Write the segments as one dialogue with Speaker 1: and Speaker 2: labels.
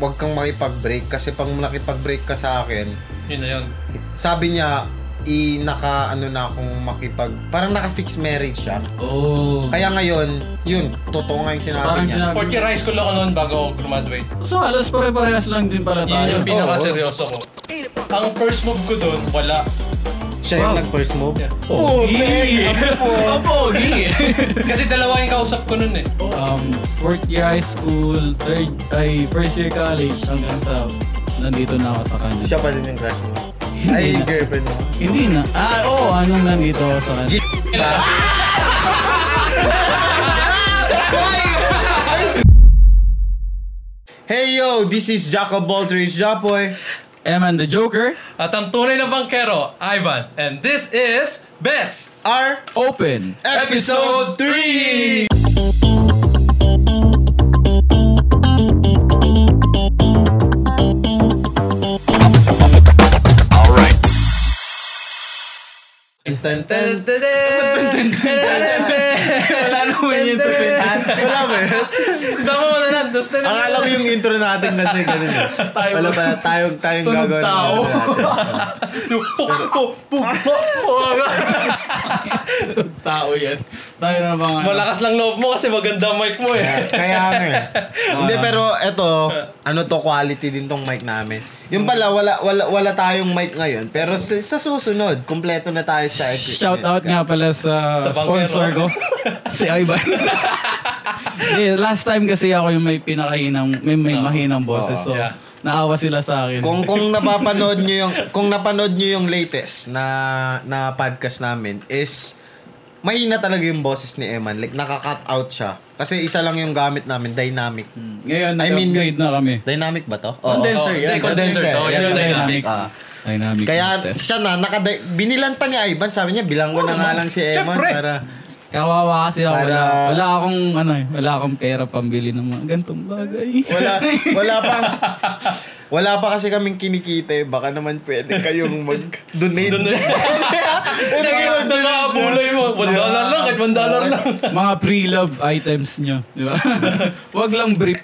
Speaker 1: huwag kang makipag-break kasi pag nakipag-break ka sa akin,
Speaker 2: Yun na yun.
Speaker 1: sabi niya, i naka ano na akong makipag parang naka fixed marriage siya.
Speaker 3: Oh.
Speaker 1: Kaya ngayon, yun, totoo nga yung sinabi
Speaker 3: Parang
Speaker 1: niya.
Speaker 3: sinabi.
Speaker 2: Fourth year high school ako noon bago ako graduate.
Speaker 3: So halos pare-parehas lang din pala
Speaker 2: Yun
Speaker 3: tayo.
Speaker 2: yung pinaka-seryoso ko. Ang first move ko doon, wala.
Speaker 1: Siya yung nag-first move.
Speaker 2: Yeah.
Speaker 3: Oh, pogi! Ang pogi!
Speaker 2: Kasi dalawa yung kausap ko noon eh.
Speaker 3: um, fourth year high school, third, ay, first year college, hanggang sa nandito na ako sa kanya.
Speaker 1: Siya pa rin yung crush mo. Ay,
Speaker 3: Hindi na.
Speaker 1: girlfriend mo.
Speaker 3: Hindi na. Ah, oo, oh, anong nandito ako sa kanya.
Speaker 1: Hey yo, this is Jacob Baldridge Japoy.
Speaker 3: Am and the Joker,
Speaker 2: At ang tunay na bangkero, Ivan. And this is Bets!
Speaker 1: Our
Speaker 3: open.
Speaker 1: episode 3! Tan tan
Speaker 3: Wala naman yun sa pintan.
Speaker 1: Wala ba yun?
Speaker 2: Sama mo na lang, dos na lang.
Speaker 1: Akala ko yung intro natin kasi ganun eh.
Speaker 3: Tayo-
Speaker 1: Wala pala tayong, tayong
Speaker 3: Tunog
Speaker 1: gagawin.
Speaker 3: tao.
Speaker 2: Yung puk, puk, puk, puk, puk.
Speaker 3: Tao yan. Tayo na ba nga?
Speaker 2: Malakas lang loob mo kasi maganda ang mic mo eh.
Speaker 1: Kaya nga eh. Hindi pero eto, ano to quality din tong mic namin. Yung pala wala wala wala tayong mic ngayon pero sa, sa susunod kumpleto na tayo sa equipment.
Speaker 3: Shout out nga pala sa,
Speaker 2: Sa bangkero.
Speaker 3: sponsor ko, si Ivan. Eh, last time kasi ako yung may pinakahinang, may, may mahinang boses. So,
Speaker 2: Yeah.
Speaker 3: naawa sila sa akin.
Speaker 1: Kung kung napapanood niyo yung kung napanood niyo yung latest na na podcast namin is mahina talaga yung boses ni Eman. Like nakaka-cut out siya. Kasi isa lang yung gamit namin, dynamic.
Speaker 3: Ngayon,
Speaker 1: I mean-
Speaker 3: nag-upgrade na kami.
Speaker 1: Dynamic ba to? Oo.
Speaker 2: Oo,
Speaker 3: Condenser yan.
Speaker 2: hindi, condenser.
Speaker 1: Oo, yan,
Speaker 3: Yan,
Speaker 2: Oh, dynamic.
Speaker 3: Ah, Dynamic.
Speaker 1: Kaya
Speaker 3: contest.
Speaker 1: siya na, naka binilan pa ni Ivan. Sabi niya, bilang ko na nga lang si Eman
Speaker 2: Siyempre.
Speaker 1: para
Speaker 3: Kawawa kasi ako. Wala,
Speaker 1: Para-
Speaker 3: wala akong, ano eh, wala akong pera pambili ng mga gantong bagay.
Speaker 1: wala wala pa wala pa kasi kaming kinikita eh. Baka naman pwede kayong mag-donate.
Speaker 2: Donate.
Speaker 1: Pero yun,
Speaker 2: Nagiging na bulay mo. One dollar lang, kahit one dollar lang.
Speaker 3: mga pre-love items nyo. Di ba? Wag lang brief.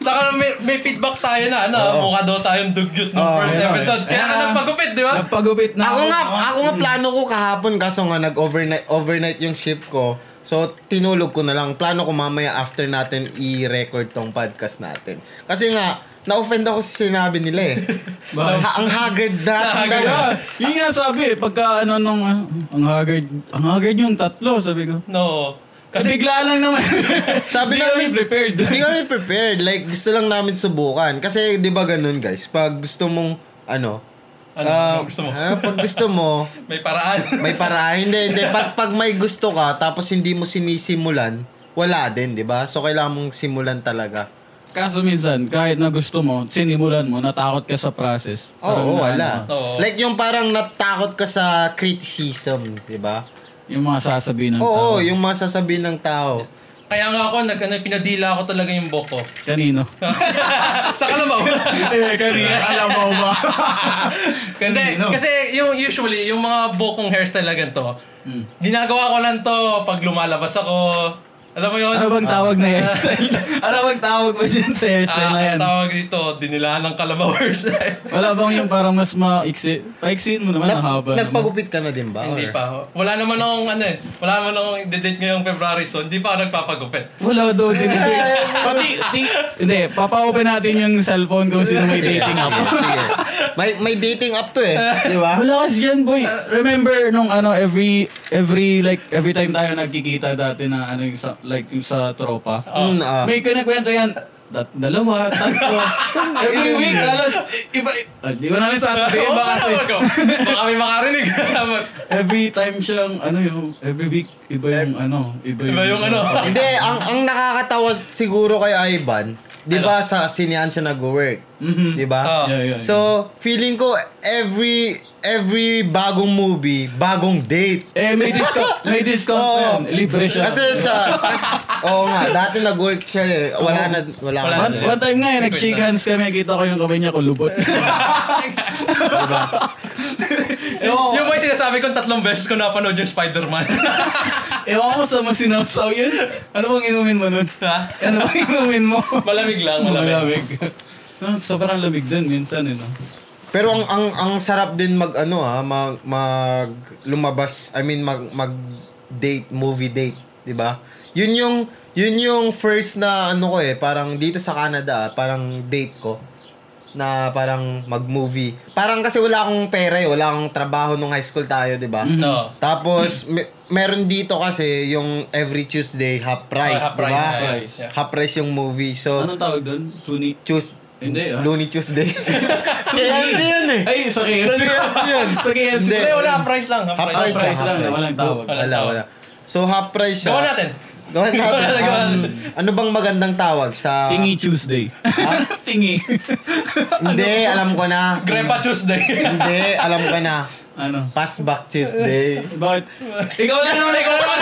Speaker 2: Tsaka may, may feedback tayo na, ano, mukha daw tayong dugyot ng
Speaker 1: Oo,
Speaker 2: first
Speaker 3: ayun,
Speaker 2: episode.
Speaker 3: ayun.
Speaker 2: Kaya ka
Speaker 3: Ayun, ah.
Speaker 2: nagpagupit, di ba?
Speaker 3: Napagupit na
Speaker 1: ako nga, ako nga plano ko kahapon kaso nga nag-overnight overnight yung shift ko. So, tinulog ko na lang. Plano ko mamaya after natin i-record tong podcast natin. Kasi nga, na-offend ako sa sinabi nila eh.
Speaker 3: Bakit?
Speaker 1: Ha- ang haggard na.
Speaker 2: Haggard.
Speaker 3: Yeah, yun nga sabi eh, pagka ano nung, ah, ang haggard, ang haggard yung tatlo, sabi ko.
Speaker 2: No.
Speaker 3: Kasi bigla lang naman.
Speaker 1: Sabi
Speaker 3: Hindi
Speaker 1: namin-
Speaker 3: kami prepared.
Speaker 1: Hindi kami prepared. Like, gusto lang namin subukan. Kasi, di ba ganun, guys? Pag gusto mong, ano,
Speaker 2: Ano,
Speaker 1: ah,
Speaker 2: gusto mo?
Speaker 1: ah, pag gusto mo,
Speaker 2: May paraan.
Speaker 1: may paraan. Hindi, hindi. Pag, pag may gusto ka, tapos hindi mo sinisimulan, wala din, di ba? So, kailangan mong simulan talaga.
Speaker 3: Kaso minsan, kahit na gusto mo, sinimulan mo, natakot ka sa process.
Speaker 1: Oo,
Speaker 3: Parang na- ano,
Speaker 1: wala.
Speaker 2: Oo.
Speaker 1: Like, yung parang natakot ka sa criticism, di ba?
Speaker 3: Yung mga sasabihin ng
Speaker 1: Oo,
Speaker 3: tao.
Speaker 1: yung masasabi ng tao.
Speaker 2: Kaya nga ako, nag, ano, pinadila ako talaga yung buhok ko.
Speaker 3: Kanino?
Speaker 2: Sa kalabaw.
Speaker 3: eh, kanino. Alam mo ba?
Speaker 2: Hindi,
Speaker 3: kanino?
Speaker 2: kasi yung usually, yung mga bokong hairstyle na ganito,
Speaker 3: Hmm.
Speaker 2: ginagawa ko lang to pag lumalabas ako. Alam mo yun?
Speaker 3: ano bang tawag na hairstyle? ano bang tawag mo dyan sa hairstyle
Speaker 2: Ah,
Speaker 3: na
Speaker 2: ang
Speaker 3: yan?
Speaker 2: tawag dito, dinilahan ng kalabaw hairstyle.
Speaker 3: Wala bang yung parang mas maiksi? Paiksin mo naman, ang
Speaker 1: Nag-
Speaker 3: haba naman.
Speaker 1: nagpagupit ka na din ba?
Speaker 2: Hindi
Speaker 1: Or-
Speaker 2: pa. Wala naman akong ano eh. Wala naman akong date ngayong February so hindi pa ako nagpapagupit.
Speaker 3: Wala daw din. Pati, ti- hindi, papa-open natin yung cellphone kung sino may dating app.
Speaker 1: Sige. May, may dating up to eh, di ba?
Speaker 3: Wala kasi yan, boy. Remember nung ano, every, every, like, every time tayo nagkikita dati na, ano, yung sa, like, yung sa tropa.
Speaker 1: Mm, ah.
Speaker 3: May kinakwento yan, dat dalawa, tatlo. every week, alas, iba, ah, di ko namin sasabihin,
Speaker 2: Oo,
Speaker 3: baka kasi,
Speaker 2: wag ko. Baka may makarinig.
Speaker 3: every time siyang, ano yung, every week, iba yung, ano, iba yung,
Speaker 2: Iba yung ano.
Speaker 1: Hindi, ang ang nakakatawa siguro kay Ivan, 'di ba sa sinian siya nag-work,
Speaker 3: Mhm.
Speaker 1: 'di ba?
Speaker 2: Oo.
Speaker 3: Yeah, yeah, yeah.
Speaker 1: Ah. So, feeling ko every every bagong movie, bagong date.
Speaker 3: eh, may discount, may discount
Speaker 1: Oo.
Speaker 3: Ano yan. Libre siya.
Speaker 1: Kasi siya, kasi, oo nga, dati nag-work siya eh. Wala na, wala,
Speaker 2: Wala
Speaker 1: na.
Speaker 3: One, one time nga, eh, nag-shake hands kami, kita ko yung kamay niya kulubot. Ewan ko,
Speaker 2: yung may sinasabi kong tatlong beses ko napanood yung Spider-Man.
Speaker 3: ewan ko sa masinapsaw yun. Ano bang inumin mo nun?
Speaker 2: Ha?
Speaker 3: Ano bang inumin mo?
Speaker 2: Malamig lang, malamig.
Speaker 3: Malamig. Ah, Parang sobrang lamig din minsan, eh, no?
Speaker 1: Pero ang ang ang sarap din mag ano ha, mag, mag lumabas, I mean mag mag date, movie date, 'di ba? Yun yung yun yung first na ano ko eh, parang dito sa Canada, ah, parang date ko na parang mag-movie. Parang kasi wala akong pera, eh, wala akong trabaho nung high school tayo, 'di ba?
Speaker 2: No.
Speaker 1: Tapos me- meron dito kasi yung every Tuesday half price,
Speaker 2: Ah, half
Speaker 1: 'di ba?
Speaker 2: price,
Speaker 1: Half,
Speaker 2: yeah,
Speaker 3: price.
Speaker 2: yeah.
Speaker 1: price yung movie. So
Speaker 3: Anong tawag doon? Tuni?
Speaker 1: Tuesday
Speaker 3: Hindi, ah.
Speaker 1: Looney Tuesday. KFC yun eh.
Speaker 3: Ay, sa KFC.
Speaker 1: KFC yun.
Speaker 3: sa KFC.
Speaker 1: Hindi.
Speaker 2: Hindi, wala. Price lang.
Speaker 1: Half
Speaker 3: Half
Speaker 1: price,
Speaker 3: price
Speaker 1: half
Speaker 3: lang,
Speaker 1: price.
Speaker 3: walang tawag.
Speaker 2: Walang
Speaker 1: Wala,
Speaker 2: tawag.
Speaker 1: wala. So half price siya.
Speaker 2: Gawa natin.
Speaker 1: Gawan
Speaker 2: Gawan
Speaker 1: natin.
Speaker 2: natin, gawan
Speaker 1: Um,
Speaker 2: natin.
Speaker 1: ano bang magandang tawag sa...
Speaker 3: Tingi Tuesday. Tingi.
Speaker 1: Hindi, alam ko na.
Speaker 2: Grepa Tuesday.
Speaker 1: Hindi, alam ko na.
Speaker 3: ano?
Speaker 1: Pass back Tuesday.
Speaker 3: Bakit? Ikaw na naman, ikaw na naman.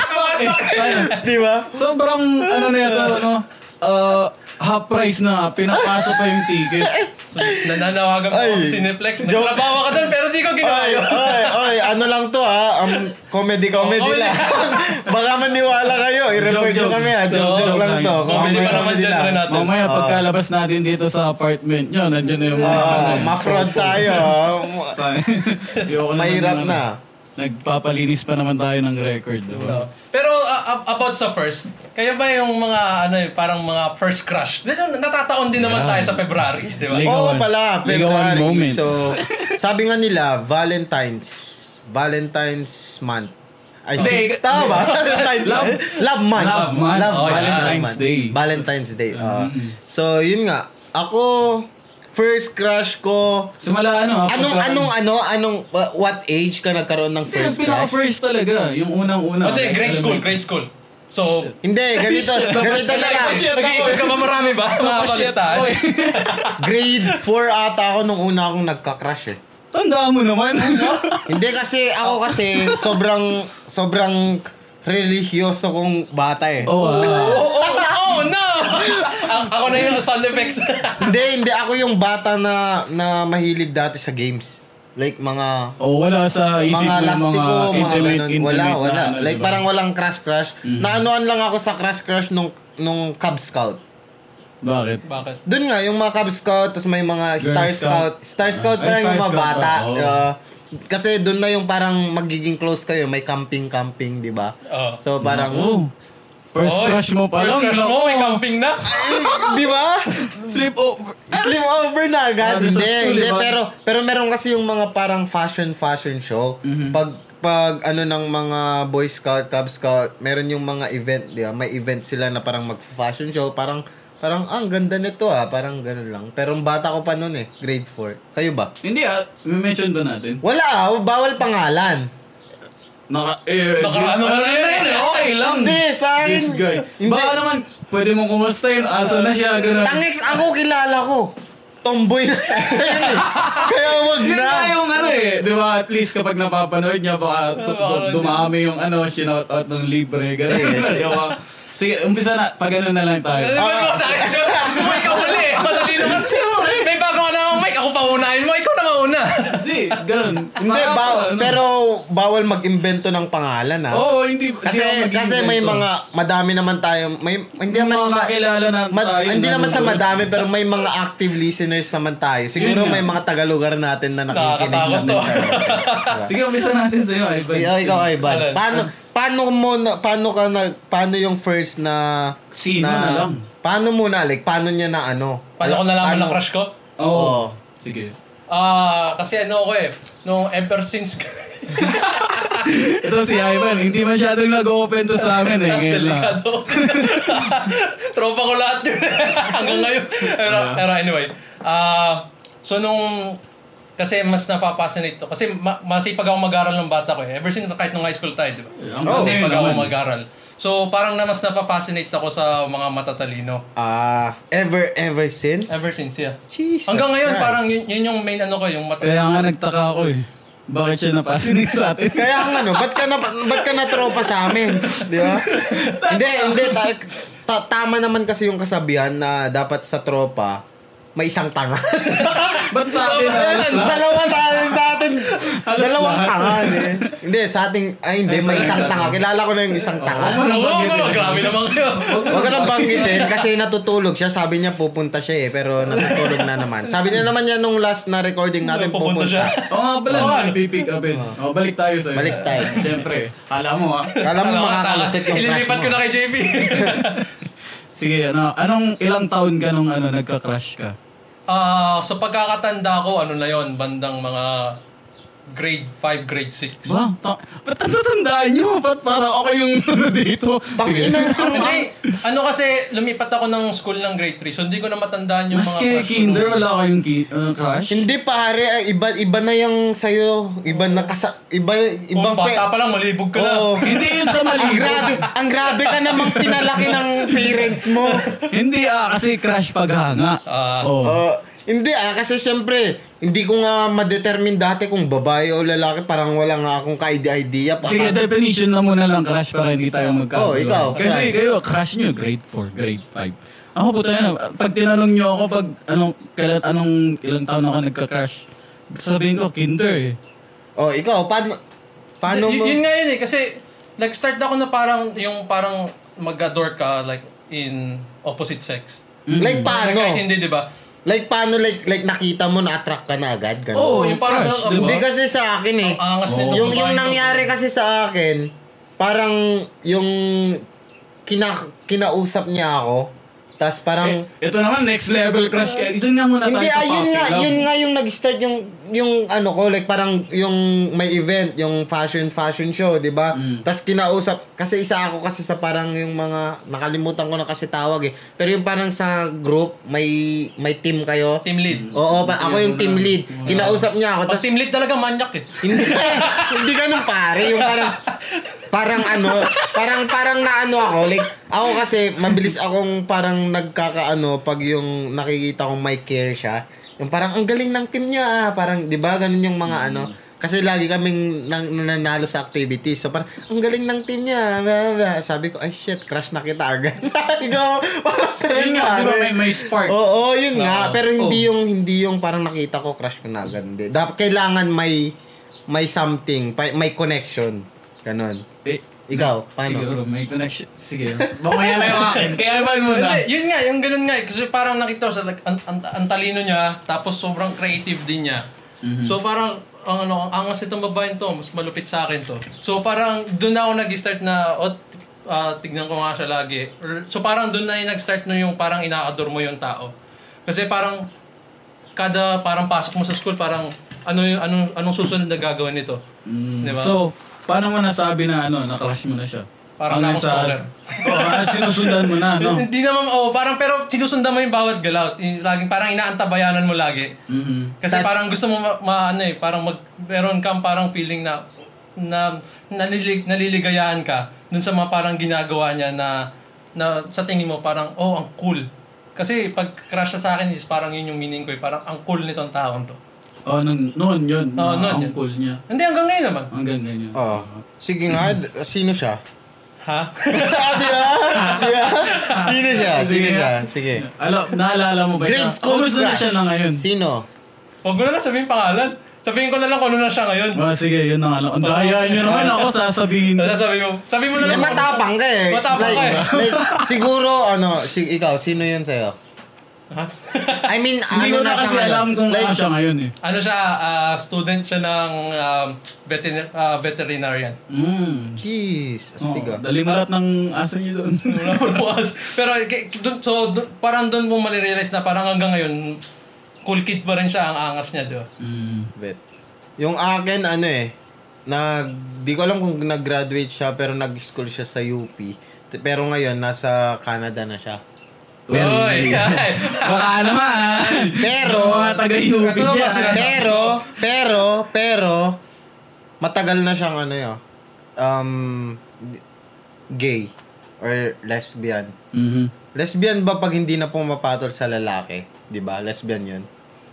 Speaker 3: Ayun.
Speaker 1: Di ba?
Speaker 3: Sobrang, ano na yata, ano? Uh, half price na, pinapasok pa yung ticket.
Speaker 2: Nananawagan ko
Speaker 1: Ay.
Speaker 2: ako sa Cineplex. Nagtrabaho ka doon pero di ko ginawa
Speaker 1: Oy,
Speaker 2: yun.
Speaker 1: oy, oy, ano lang to ha? Um, comedy, comedy
Speaker 2: comedy.
Speaker 1: lang. Baka maniwala kayo. I-refer
Speaker 3: Joke,
Speaker 1: nyo
Speaker 3: joke.
Speaker 1: kami ha. Joke,
Speaker 2: Oo,
Speaker 1: joke lang to.
Speaker 2: Comedy pa naman dyan,
Speaker 1: lang.
Speaker 2: Renato.
Speaker 3: Mamaya, pagkalabas natin dito sa apartment nyo, nandiyan na yung mga... ano eh.
Speaker 1: Ah, ma-fraud tayo. ah. ha?
Speaker 3: Ayoko naman
Speaker 1: Mahirap
Speaker 3: ng-
Speaker 1: na.
Speaker 3: Nagpapalinis pa naman tayo ng record, di
Speaker 2: No.
Speaker 3: ba?
Speaker 2: Pero uh, ab- about sa first, kayo ba yung mga ano eh, parang mga first crush? Dito, Natataon din naman
Speaker 3: Yeah.
Speaker 2: tayo sa February, di ba? Oh,
Speaker 3: Like-
Speaker 1: Oo
Speaker 3: Ligawan.
Speaker 1: pala,
Speaker 3: Ligawan
Speaker 1: February.
Speaker 3: moments.
Speaker 1: So, sabi nga nila, Valentine's. Valentine's month. Ay,
Speaker 3: Hindi,
Speaker 1: hindi. Tama ba? Valentine's
Speaker 3: Love-
Speaker 1: month. Love month.
Speaker 3: Love month.
Speaker 2: Oh, yeah.
Speaker 3: Valentine's Day. Mm-hmm.
Speaker 1: Valentine's Day. oo. so, yun nga. Ako, first crush ko,
Speaker 3: Sumala ano, ha?
Speaker 1: anong,
Speaker 3: pagka-
Speaker 1: anong, ano, anong, uh, what age ka nagkaroon ng
Speaker 3: Hindi, yung
Speaker 1: first crush?
Speaker 3: pinaka-first talaga. Yung unang-una.
Speaker 2: Kasi grade school, grade school. So,
Speaker 1: Hindi, ganito, ganito na lang.
Speaker 2: nag-iisip ka ba marami ba? Mga
Speaker 3: Oh,
Speaker 2: palistahan?
Speaker 3: eh.
Speaker 1: Grade 4 ata ako nung una akong nagka-crush eh.
Speaker 3: Tandaan mo naman. ano?
Speaker 1: Hindi kasi ako kasi sobrang sobrang religyoso kong bata eh.
Speaker 3: oh, ah.
Speaker 2: Oh, oh, oh, no! A- ako na yung sound effects.
Speaker 1: Hindi, hindi ako yung bata na na mahilig dati sa games. Like mga
Speaker 3: Oh, wala sa isip
Speaker 1: mga lastiko,
Speaker 3: mo yung mga
Speaker 1: mga,
Speaker 3: intimate,
Speaker 1: ganun.
Speaker 3: intimate
Speaker 1: wala,
Speaker 3: na
Speaker 1: wala.
Speaker 3: ano, Mm-hmm.
Speaker 1: like
Speaker 3: diba?
Speaker 1: parang walang crush crush. Naanuan lang ako sa crush crush nung nung Cub Scout.
Speaker 3: Bakit?
Speaker 2: Bakit?
Speaker 1: Doon nga, yung mga Cub Scout, tapos may mga
Speaker 3: Girl
Speaker 1: Star Scout.
Speaker 3: Scout. Ah.
Speaker 1: Star Scout
Speaker 3: Ay,
Speaker 1: pa lang
Speaker 3: Star
Speaker 1: yung mga
Speaker 3: Scout pa, Oh.
Speaker 1: bata.
Speaker 3: oo.
Speaker 1: Ah, kasi doon na yung parang magiging close kayo. May camping-camping, di ba?
Speaker 2: Oo.
Speaker 1: So parang...
Speaker 3: Oh. First
Speaker 2: Oy,
Speaker 3: crush mo pa
Speaker 2: First
Speaker 3: lang.
Speaker 2: crush mo, may camping na.
Speaker 1: di ba?
Speaker 3: Sleep oh. Ah! over.
Speaker 1: Slim over na agad.
Speaker 3: Grabe,
Speaker 1: hindi,
Speaker 3: sa school,
Speaker 1: hindi.
Speaker 3: diba?
Speaker 1: Pero, pero meron kasi yung mga parang fashion, fashion show.
Speaker 3: Mhm.
Speaker 1: Pag, pag ano ng mga Boy Scout, Cub Scout, meron yung mga event, di ba? May event sila na parang mag-fashion show. Parang, parang, ah, ang ganda nito ah. Parang ganun lang. Pero ang bata ko pa noon eh, grade 4. Kayo ba?
Speaker 3: Hindi ah, may mention ba natin?
Speaker 1: Wala ah, bawal pangalan.
Speaker 3: Naka, eh,
Speaker 2: Nakaano ka na yun eh.
Speaker 3: Okay lang.
Speaker 1: Hindi, sa akin.
Speaker 3: This guy.
Speaker 1: Hindi.
Speaker 3: Baka naman, pwede mong kumusta yun. Asa na siya, ganun.
Speaker 1: Tangix ako, kilala ko. Tomboy na. Kaya wag
Speaker 3: Yun
Speaker 1: na.
Speaker 3: nga yung ano eh, di ba? At least kapag napapanood niya, baka so, so, dumami yung ano, shinout out ng libre, ganun. Di ba? Sige, umpisa na, pag ano na lang tayo.
Speaker 2: Ano ba sa akin? Sumay ka uli. Madali naman. May bago ka na akong mic. Ako pa unahin mo. Ikaw na mauna.
Speaker 3: Hindi, ganun.
Speaker 1: Hindi,
Speaker 3: Mga-
Speaker 1: bawal,
Speaker 3: ano.
Speaker 1: pero bawal mag-imbento ng pangalan ah.
Speaker 3: Oo, hindi.
Speaker 1: Kasi
Speaker 3: hindi ako
Speaker 1: kasi may
Speaker 3: mag-invento.
Speaker 1: mga madami naman tayo, may hindi
Speaker 3: Yung
Speaker 1: naman
Speaker 3: mga kakilala na
Speaker 1: ma-
Speaker 3: tayo.
Speaker 1: hindi naman sa
Speaker 3: nanonood.
Speaker 1: madami pero may mga active listeners naman tayo. Siguro
Speaker 3: Yun nga.
Speaker 1: may mga tagalugar natin na nakikinig sa
Speaker 2: Nakakatakot to.
Speaker 3: Sige, umpisa natin sa'yo, Ivan.
Speaker 1: Ay, ikaw ay
Speaker 2: Salan.
Speaker 1: Paano paano mo na, paano ka na paano yung first na
Speaker 3: Sino na lang?
Speaker 1: Paano muna like paano niya na ano?
Speaker 2: Paano ko nalaman
Speaker 1: Paano-
Speaker 2: ng crush ko?
Speaker 3: Oo.
Speaker 1: Oo.
Speaker 3: Sige.
Speaker 2: Ah, kasi ano ako eh. Nung ever since...
Speaker 3: Ito si Ivan, hindi masyadong nag-open to sa amin eh. Ngayon lang.
Speaker 2: Delikado. Tropa ko lahat yun. Hanggang ngayon. Pero, pero anyway. ah so nung... Kasi mas napapassionate to. Kasi ma- masipag ako mag-aral ng bata ko eh. Ever since kahit nung high school tayo, di ba?
Speaker 3: Ang
Speaker 2: masipag
Speaker 3: galing
Speaker 2: ako
Speaker 3: naman.
Speaker 2: mag-aral. So parang na mas napapascinate ako sa mga matatalino.
Speaker 1: Ah, ever ever since?
Speaker 2: Ever since, yeah.
Speaker 1: Jesus
Speaker 2: Hanggang ngayon,
Speaker 1: Christ.
Speaker 2: parang yun, yun yung main ano ko, yung matatalino.
Speaker 3: Kaya nga nagtaka ako eh. Bakit siya napasinig sa atin?
Speaker 1: Kaya ang ano, ba't ka na ba't ka na tropa sa amin? Di ba? hindi, hindi ta, ta- tama naman kasi yung kasabihan na dapat sa tropa may isang tanga.
Speaker 3: Ba't sa atin halos lahat?
Speaker 1: dalawa tayo sa atin.
Speaker 3: Halos
Speaker 1: Dalawang
Speaker 3: lahat.
Speaker 1: tanga eh. Hindi, sa ating... Ay, hindi. May isang tanga. Kilala ko na yung isang tanga.
Speaker 3: Oo.
Speaker 2: Oo, oo, Ano grabe naman kayo.
Speaker 1: Huwag ka nang banggitin kasi natutulog siya. Sabi niya pupunta siya eh, pero natutulog na naman. Sabi niya naman yan nung last na recording natin
Speaker 2: Pupunta siya.
Speaker 1: pupunta.
Speaker 3: Oo nga pala,
Speaker 2: Oo nga.
Speaker 3: pipick upin. Oh, balik tayo sa'yo.
Speaker 1: Balik tayo.
Speaker 3: Siyempre, kala mo ah.
Speaker 1: Kala mo makakalusit yung crush
Speaker 2: Ililipat ko
Speaker 1: mo.
Speaker 2: na kay JP.
Speaker 3: Sige, ano, anong ilang taon ka nung ano, nagka-crush ka?
Speaker 2: Ah, so pagkakatanda ko, ano na yon bandang mga grade 5, grade 6.
Speaker 3: Ba? Ta- ba't ang natandaan nyo? Ba't para okay yung ano dito? Sige.
Speaker 1: Tangina ang-
Speaker 2: Hindi, ano kasi, lumipat ako ng school ng grade 3, so hindi ko na matandaan yung
Speaker 3: Mas
Speaker 2: mga
Speaker 3: kay
Speaker 2: crush ko
Speaker 3: kinder,
Speaker 2: noon.
Speaker 3: wala kayong ki- ano, crush?
Speaker 1: Hindi pare, ang iba iba na yung sa'yo, iba na kasa, iba ibang
Speaker 2: Ibang Oh, bata
Speaker 1: pe-
Speaker 2: pa lang, malibog ka na.
Speaker 1: Oo.
Speaker 3: Hindi yun sa mali.
Speaker 1: ang grabe, ang grabe ka namang pinalaki ng parents mo.
Speaker 3: Hindi ah, kasi crush paghanga.
Speaker 2: Ah.
Speaker 3: oh.
Speaker 1: Oo. hindi ah, kasi syempre, hindi ko nga ma-determine dati kung babae o lalaki, parang wala nga akong ka-idea pa.
Speaker 3: Sige, definition na muna lang crush para hindi tayo
Speaker 1: Oh,
Speaker 3: magkagulo.
Speaker 1: ikaw,
Speaker 3: Kasi
Speaker 1: crush.
Speaker 3: kayo, crush nyo, grade 4, grade 5. Ako po tayo na, pag tinanong nyo ako, pag anong, kailan, anong ilang taon ako nagka-crush, sabihin ko, kinder eh.
Speaker 1: oh, ikaw, paano, paano ano
Speaker 2: Y-
Speaker 1: mo?
Speaker 2: yun nga yun eh, kasi nag-start ako na parang, yung parang mag-adore ka, like, in opposite sex.
Speaker 3: Mm.
Speaker 1: Like paano?
Speaker 2: Kahit hindi, di ba?
Speaker 1: Like paano, like, like nakita mo na-attract ka na agad? Ganun.
Speaker 3: Oo,
Speaker 2: Oo, yung parang-
Speaker 3: crush, di
Speaker 1: Hindi
Speaker 3: ba?
Speaker 1: kasi sa akin eh.
Speaker 2: Angas nito.
Speaker 1: yung
Speaker 2: babae
Speaker 1: yung
Speaker 2: to.
Speaker 1: nangyari kasi sa akin, parang yung kina, kinausap niya ako, tas parang
Speaker 3: Eh, ito naman, next level crush. Eh, doon nga muna
Speaker 1: hindi
Speaker 3: tayo sa
Speaker 1: ayun nga,
Speaker 3: pakialam.
Speaker 1: yun nga yung nag-start yung yung ano ko like parang yung may event, yung fashion fashion show, 'di ba? Tas kinausap kasi isa ako kasi sa parang yung mga nakalimutan ko na kasi tawag eh. Pero yung parang sa group, may may team kayo.
Speaker 2: Team lead.
Speaker 1: Oo, pa, ako yung team lead. Kinausap niya ako.
Speaker 2: Pag
Speaker 1: tas-
Speaker 2: team lead talaga, manyak eh.
Speaker 1: hindi, hindi ganun pare. Yung parang, parang ano, parang, parang naano ako. Like, ako kasi, mabilis akong parang nagkakaano pag yung nakikita kong may care siya. Yung parang, ang galing ng team niya ah. Parang, di ba, ganun yung mga ano. Kasi lagi kaming nang, nananalo sa activities. So parang, ang galing ng team niya. blah, blah. Sabi ko, ay shit, crush na kita agad. Sabi ko, parang
Speaker 3: Yun nga, di
Speaker 1: pare.
Speaker 3: ba,
Speaker 1: Oh.
Speaker 3: may, may spark.
Speaker 1: Oo, yun nga.
Speaker 3: Oo.
Speaker 1: Pero hindi
Speaker 3: Oo.
Speaker 1: yung hindi yung parang nakita ko crush ko na agad. Hindi. Dapat kailangan may may something, pa- may connection. Ganon.
Speaker 3: Eh,
Speaker 1: Ikaw, paano?
Speaker 3: Siguro, may connection. Sige. Mamaya na yung akin. Kaya man muna.
Speaker 2: Hindi, yun nga, yung ganun nga eh. Kasi parang nakita ko sa, like, ang, ang, ang talino niya, tapos sobrang creative din niya. So parang, ang ano, ang angas itong babaeng to, mas malupit sa akin to. So parang, doon na ako nag-start na, o, ah, tignan ko nga siya lagi. Or- So parang doon na yung nag-start no yung parang ina-adore mo yung tao. Kasi parang, kada parang pasok mo sa school, parang, ano yung, anong, anong susunod na gagawin nito? Di
Speaker 1: Diba?
Speaker 2: ba?
Speaker 3: So, paano mo nasabi na ano, na-crush mo na siya?
Speaker 2: Parang na
Speaker 3: Ano
Speaker 2: ako
Speaker 3: sa-
Speaker 2: scholar.
Speaker 3: Oo, ah, sinusundan mo na,
Speaker 1: Ano?
Speaker 3: no?
Speaker 2: Hindi naman, oh, parang pero sinusundan mo yung bawat galaw. Yung Laging, parang inaantabayanan mo lagi.
Speaker 3: Mhm.
Speaker 2: Kasi
Speaker 1: Tas-
Speaker 2: parang gusto mo ma, ma- ano eh, parang mag, meron kang parang feeling na, na nalilig, naliligayaan ka dun sa mga parang ginagawa niya na, na sa tingin mo parang, oh, ang cool. Kasi pag crush siya sa akin is parang yun yung meaning ko eh, parang ang cool nitong taon to.
Speaker 3: Oh, nun, noon yun.
Speaker 2: Oo,
Speaker 3: Ah,
Speaker 2: noon
Speaker 3: ang
Speaker 2: yun.
Speaker 3: cool niya.
Speaker 2: Hindi, hanggang ngayon naman.
Speaker 3: Hanggang ganyan.
Speaker 1: Oo. Sige nga, d- sino siya?
Speaker 2: Ha?
Speaker 1: Ah, Di ba? Di ba? Sino siya? Sino siya? Sige.
Speaker 3: Alo, naalala mo ba
Speaker 1: Grade
Speaker 3: siya?
Speaker 1: school
Speaker 3: ah, Kumusta na
Speaker 1: crush.
Speaker 3: siya na ngayon?
Speaker 1: Sino?
Speaker 2: Huwag ko na lang sabihin pangalan. Sabihin ko na lang kung ano na siya ngayon.
Speaker 3: Oh, sige, yun na alam. Ang daya
Speaker 1: Ano
Speaker 3: nyo naman ako sasabihin.
Speaker 2: Tapos sabi mo, sabi mo na
Speaker 1: Eh,
Speaker 2: lang. ano
Speaker 1: matapang ka eh.
Speaker 2: Matapang ka eh.
Speaker 1: like, siguro, ano, si, ikaw, sino yun sa'yo?
Speaker 2: Ha?
Speaker 1: I mean,
Speaker 3: Hindi
Speaker 1: ano
Speaker 3: ko na
Speaker 1: siya
Speaker 3: kasi
Speaker 1: ngayon?
Speaker 3: alam kung
Speaker 1: Like,
Speaker 3: ano siya ngayon eh.
Speaker 2: ano siya, ah, student siya ng um, veterin- ah, veterinarian.
Speaker 3: Mm.
Speaker 1: Jeez,
Speaker 3: Oh,
Speaker 1: astig ah.
Speaker 3: dalimarat ng aso niyo doon.
Speaker 2: Wala ko bukas. Pero k- dun, so, dun, parang doon mo marirealize na parang hanggang ngayon, cool kid pa rin siya ang angas niya, di ba?
Speaker 3: mm.
Speaker 1: Bet. Yung akin, ano eh, nag, di ko alam kung nag-graduate siya, pero nag-school siya sa UP. T- Pero ngayon, nasa Canada na siya.
Speaker 2: Uy! ay.
Speaker 3: Baka naman.
Speaker 1: Pero-
Speaker 3: mga taga-UP
Speaker 2: Ito na ba
Speaker 3: dyan.
Speaker 2: sila-
Speaker 1: Pero, pero, pero, matagal na siyang ano yun, um, gay or lesbian.
Speaker 3: Mhm.
Speaker 1: Lesbian ba pag hindi na pumapatol sa lalaki? Di ba? Lesbian yun.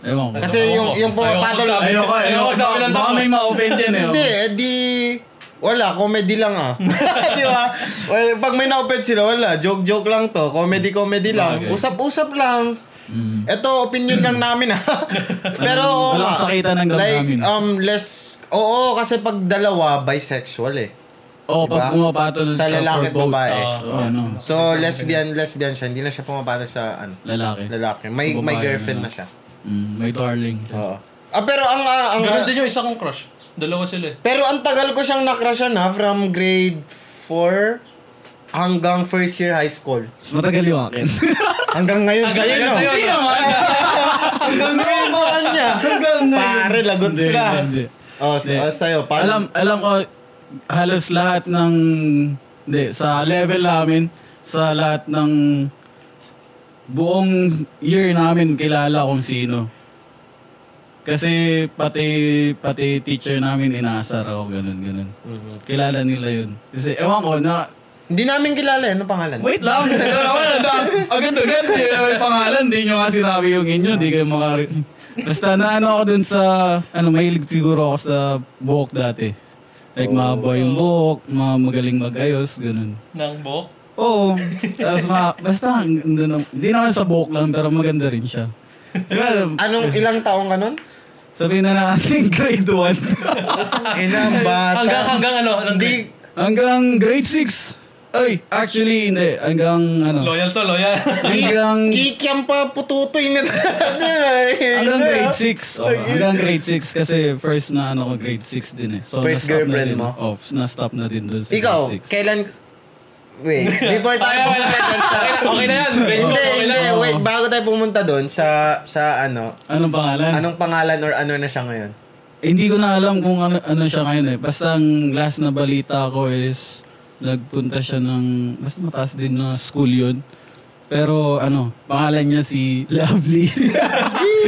Speaker 3: Ewan ko.
Speaker 1: Kasi
Speaker 2: Ayoko.
Speaker 1: yung, yung pumapatol...
Speaker 2: Ayoko sabi-
Speaker 3: Ayoko,
Speaker 2: Ayoko
Speaker 3: ayoko.
Speaker 2: sabi ng
Speaker 3: Baka
Speaker 2: tapos.
Speaker 3: may ma-offend yan eh.
Speaker 1: Hindi, eh, di... Wala, comedy lang ah. di ba? Well, pag may na-offend sila, wala. Joke-joke lang to. Comedy-comedy lang.
Speaker 3: Bagay. Mm.
Speaker 1: Usap-usap lang. Ito, opinion lang namin ha. Pero, oo
Speaker 3: Walang
Speaker 1: nga.
Speaker 3: sakitan ng damdamin.
Speaker 1: Like, um, less, oo, kasi pag dalawa, bisexual eh.
Speaker 3: Oo,
Speaker 1: Diba?
Speaker 3: pag pumapatol
Speaker 1: Sa
Speaker 3: siya
Speaker 1: lalaki
Speaker 3: for both.
Speaker 1: babae.
Speaker 2: Oo.
Speaker 3: Oo, ano,
Speaker 1: So, lesbian, lesbian siya. Hindi na siya pumapatol sa, ano,
Speaker 3: lalaki.
Speaker 1: lalaki. May,
Speaker 3: Sa
Speaker 1: may
Speaker 3: babae
Speaker 1: girlfriend na
Speaker 3: na.
Speaker 1: siya.
Speaker 3: Mm, may darling.
Speaker 1: Oo. Ah, pero ang, ah, ang,
Speaker 2: Ganun din yung isa kong crush. Dalawa sila eh.
Speaker 1: pero ang tagal ko siyang nakrushan ha, from grade 4 hanggang first year high school.
Speaker 3: Mas matagal yung akin.
Speaker 1: Hanggang ngayon
Speaker 2: Hanggang
Speaker 1: sa'yo,
Speaker 2: ngayon
Speaker 1: no?
Speaker 2: sa'yo, no?
Speaker 1: Hanggang ngayon ba kanya?
Speaker 3: Hanggang ngayon.
Speaker 1: Pare, lagot
Speaker 3: Hindi,
Speaker 1: ka.
Speaker 3: hindi.
Speaker 1: Oh, sa,
Speaker 3: Hindi.
Speaker 1: sa'yo. Paano?
Speaker 3: Alam, alam ko, halos lahat ng, hindi, sa level namin, sa lahat ng buong year namin, kilala kung sino. Kasi pati pati teacher namin inaasar ako ganun ganun.
Speaker 1: Mm-hmm.
Speaker 3: Kilala nila yun. Kasi ewan ko na
Speaker 1: Hindi namin kilala eh. Ano pangalan?
Speaker 3: Wait lang, wala ako na lang. Agad agad, di eh, may pangalan, di nyo nga sinabi yung inyo, di kayo makarinig. Basta naano ako dun sa, ano, mahilig siguro ako sa buhok dati. Like, mahaba yung buhok, mga magaling magayos, ganun.
Speaker 2: Nang buhok.
Speaker 3: Oo. Tapos mga, basta, ang ganda ng- hindi naman sa buhok lang, pero maganda rin siya. Diba,
Speaker 1: Anong ilang taong ka nun?
Speaker 3: sabihin na natin grade 1.
Speaker 1: Inang bata.
Speaker 2: Hanggang, hanggang ano? Hindi.
Speaker 3: hanggang grade 6. Ay, actually, hindi. Hanggang, ano,
Speaker 2: Loyal to, loyal.
Speaker 3: hanggang...
Speaker 1: Kikiam pa pututoy na talaga eh.
Speaker 3: Hanggang grade 6. Oh, hanggang grade 6 kasi first na ano ko grade 6 din eh. So
Speaker 1: First
Speaker 3: na-stop na
Speaker 1: girlfriend
Speaker 3: din.
Speaker 1: mo?
Speaker 3: Oh, na-stop na din doon sa
Speaker 1: Ikaw,
Speaker 3: grade 6.
Speaker 1: kailan... Wait, before tayo
Speaker 2: Ayaw,
Speaker 1: pumunta
Speaker 2: ayaw.
Speaker 1: dun sa...
Speaker 2: Okay na- okay na Oh. yan. Grades
Speaker 1: Hindi,
Speaker 2: mo, okay
Speaker 1: hindi.
Speaker 2: lang.
Speaker 1: Wait, bago tayo pumunta doon sa sa ano,
Speaker 3: Anong pangalan?
Speaker 1: anong pangalan or ano na siya ngayon?
Speaker 3: Eh, hindi ko na alam kung ano, ano siya ngayon eh. Basta ang last na balita ko is nagpunta siya ng basta mataas din na school yun. Pero ano, pangalan niya si Lovely.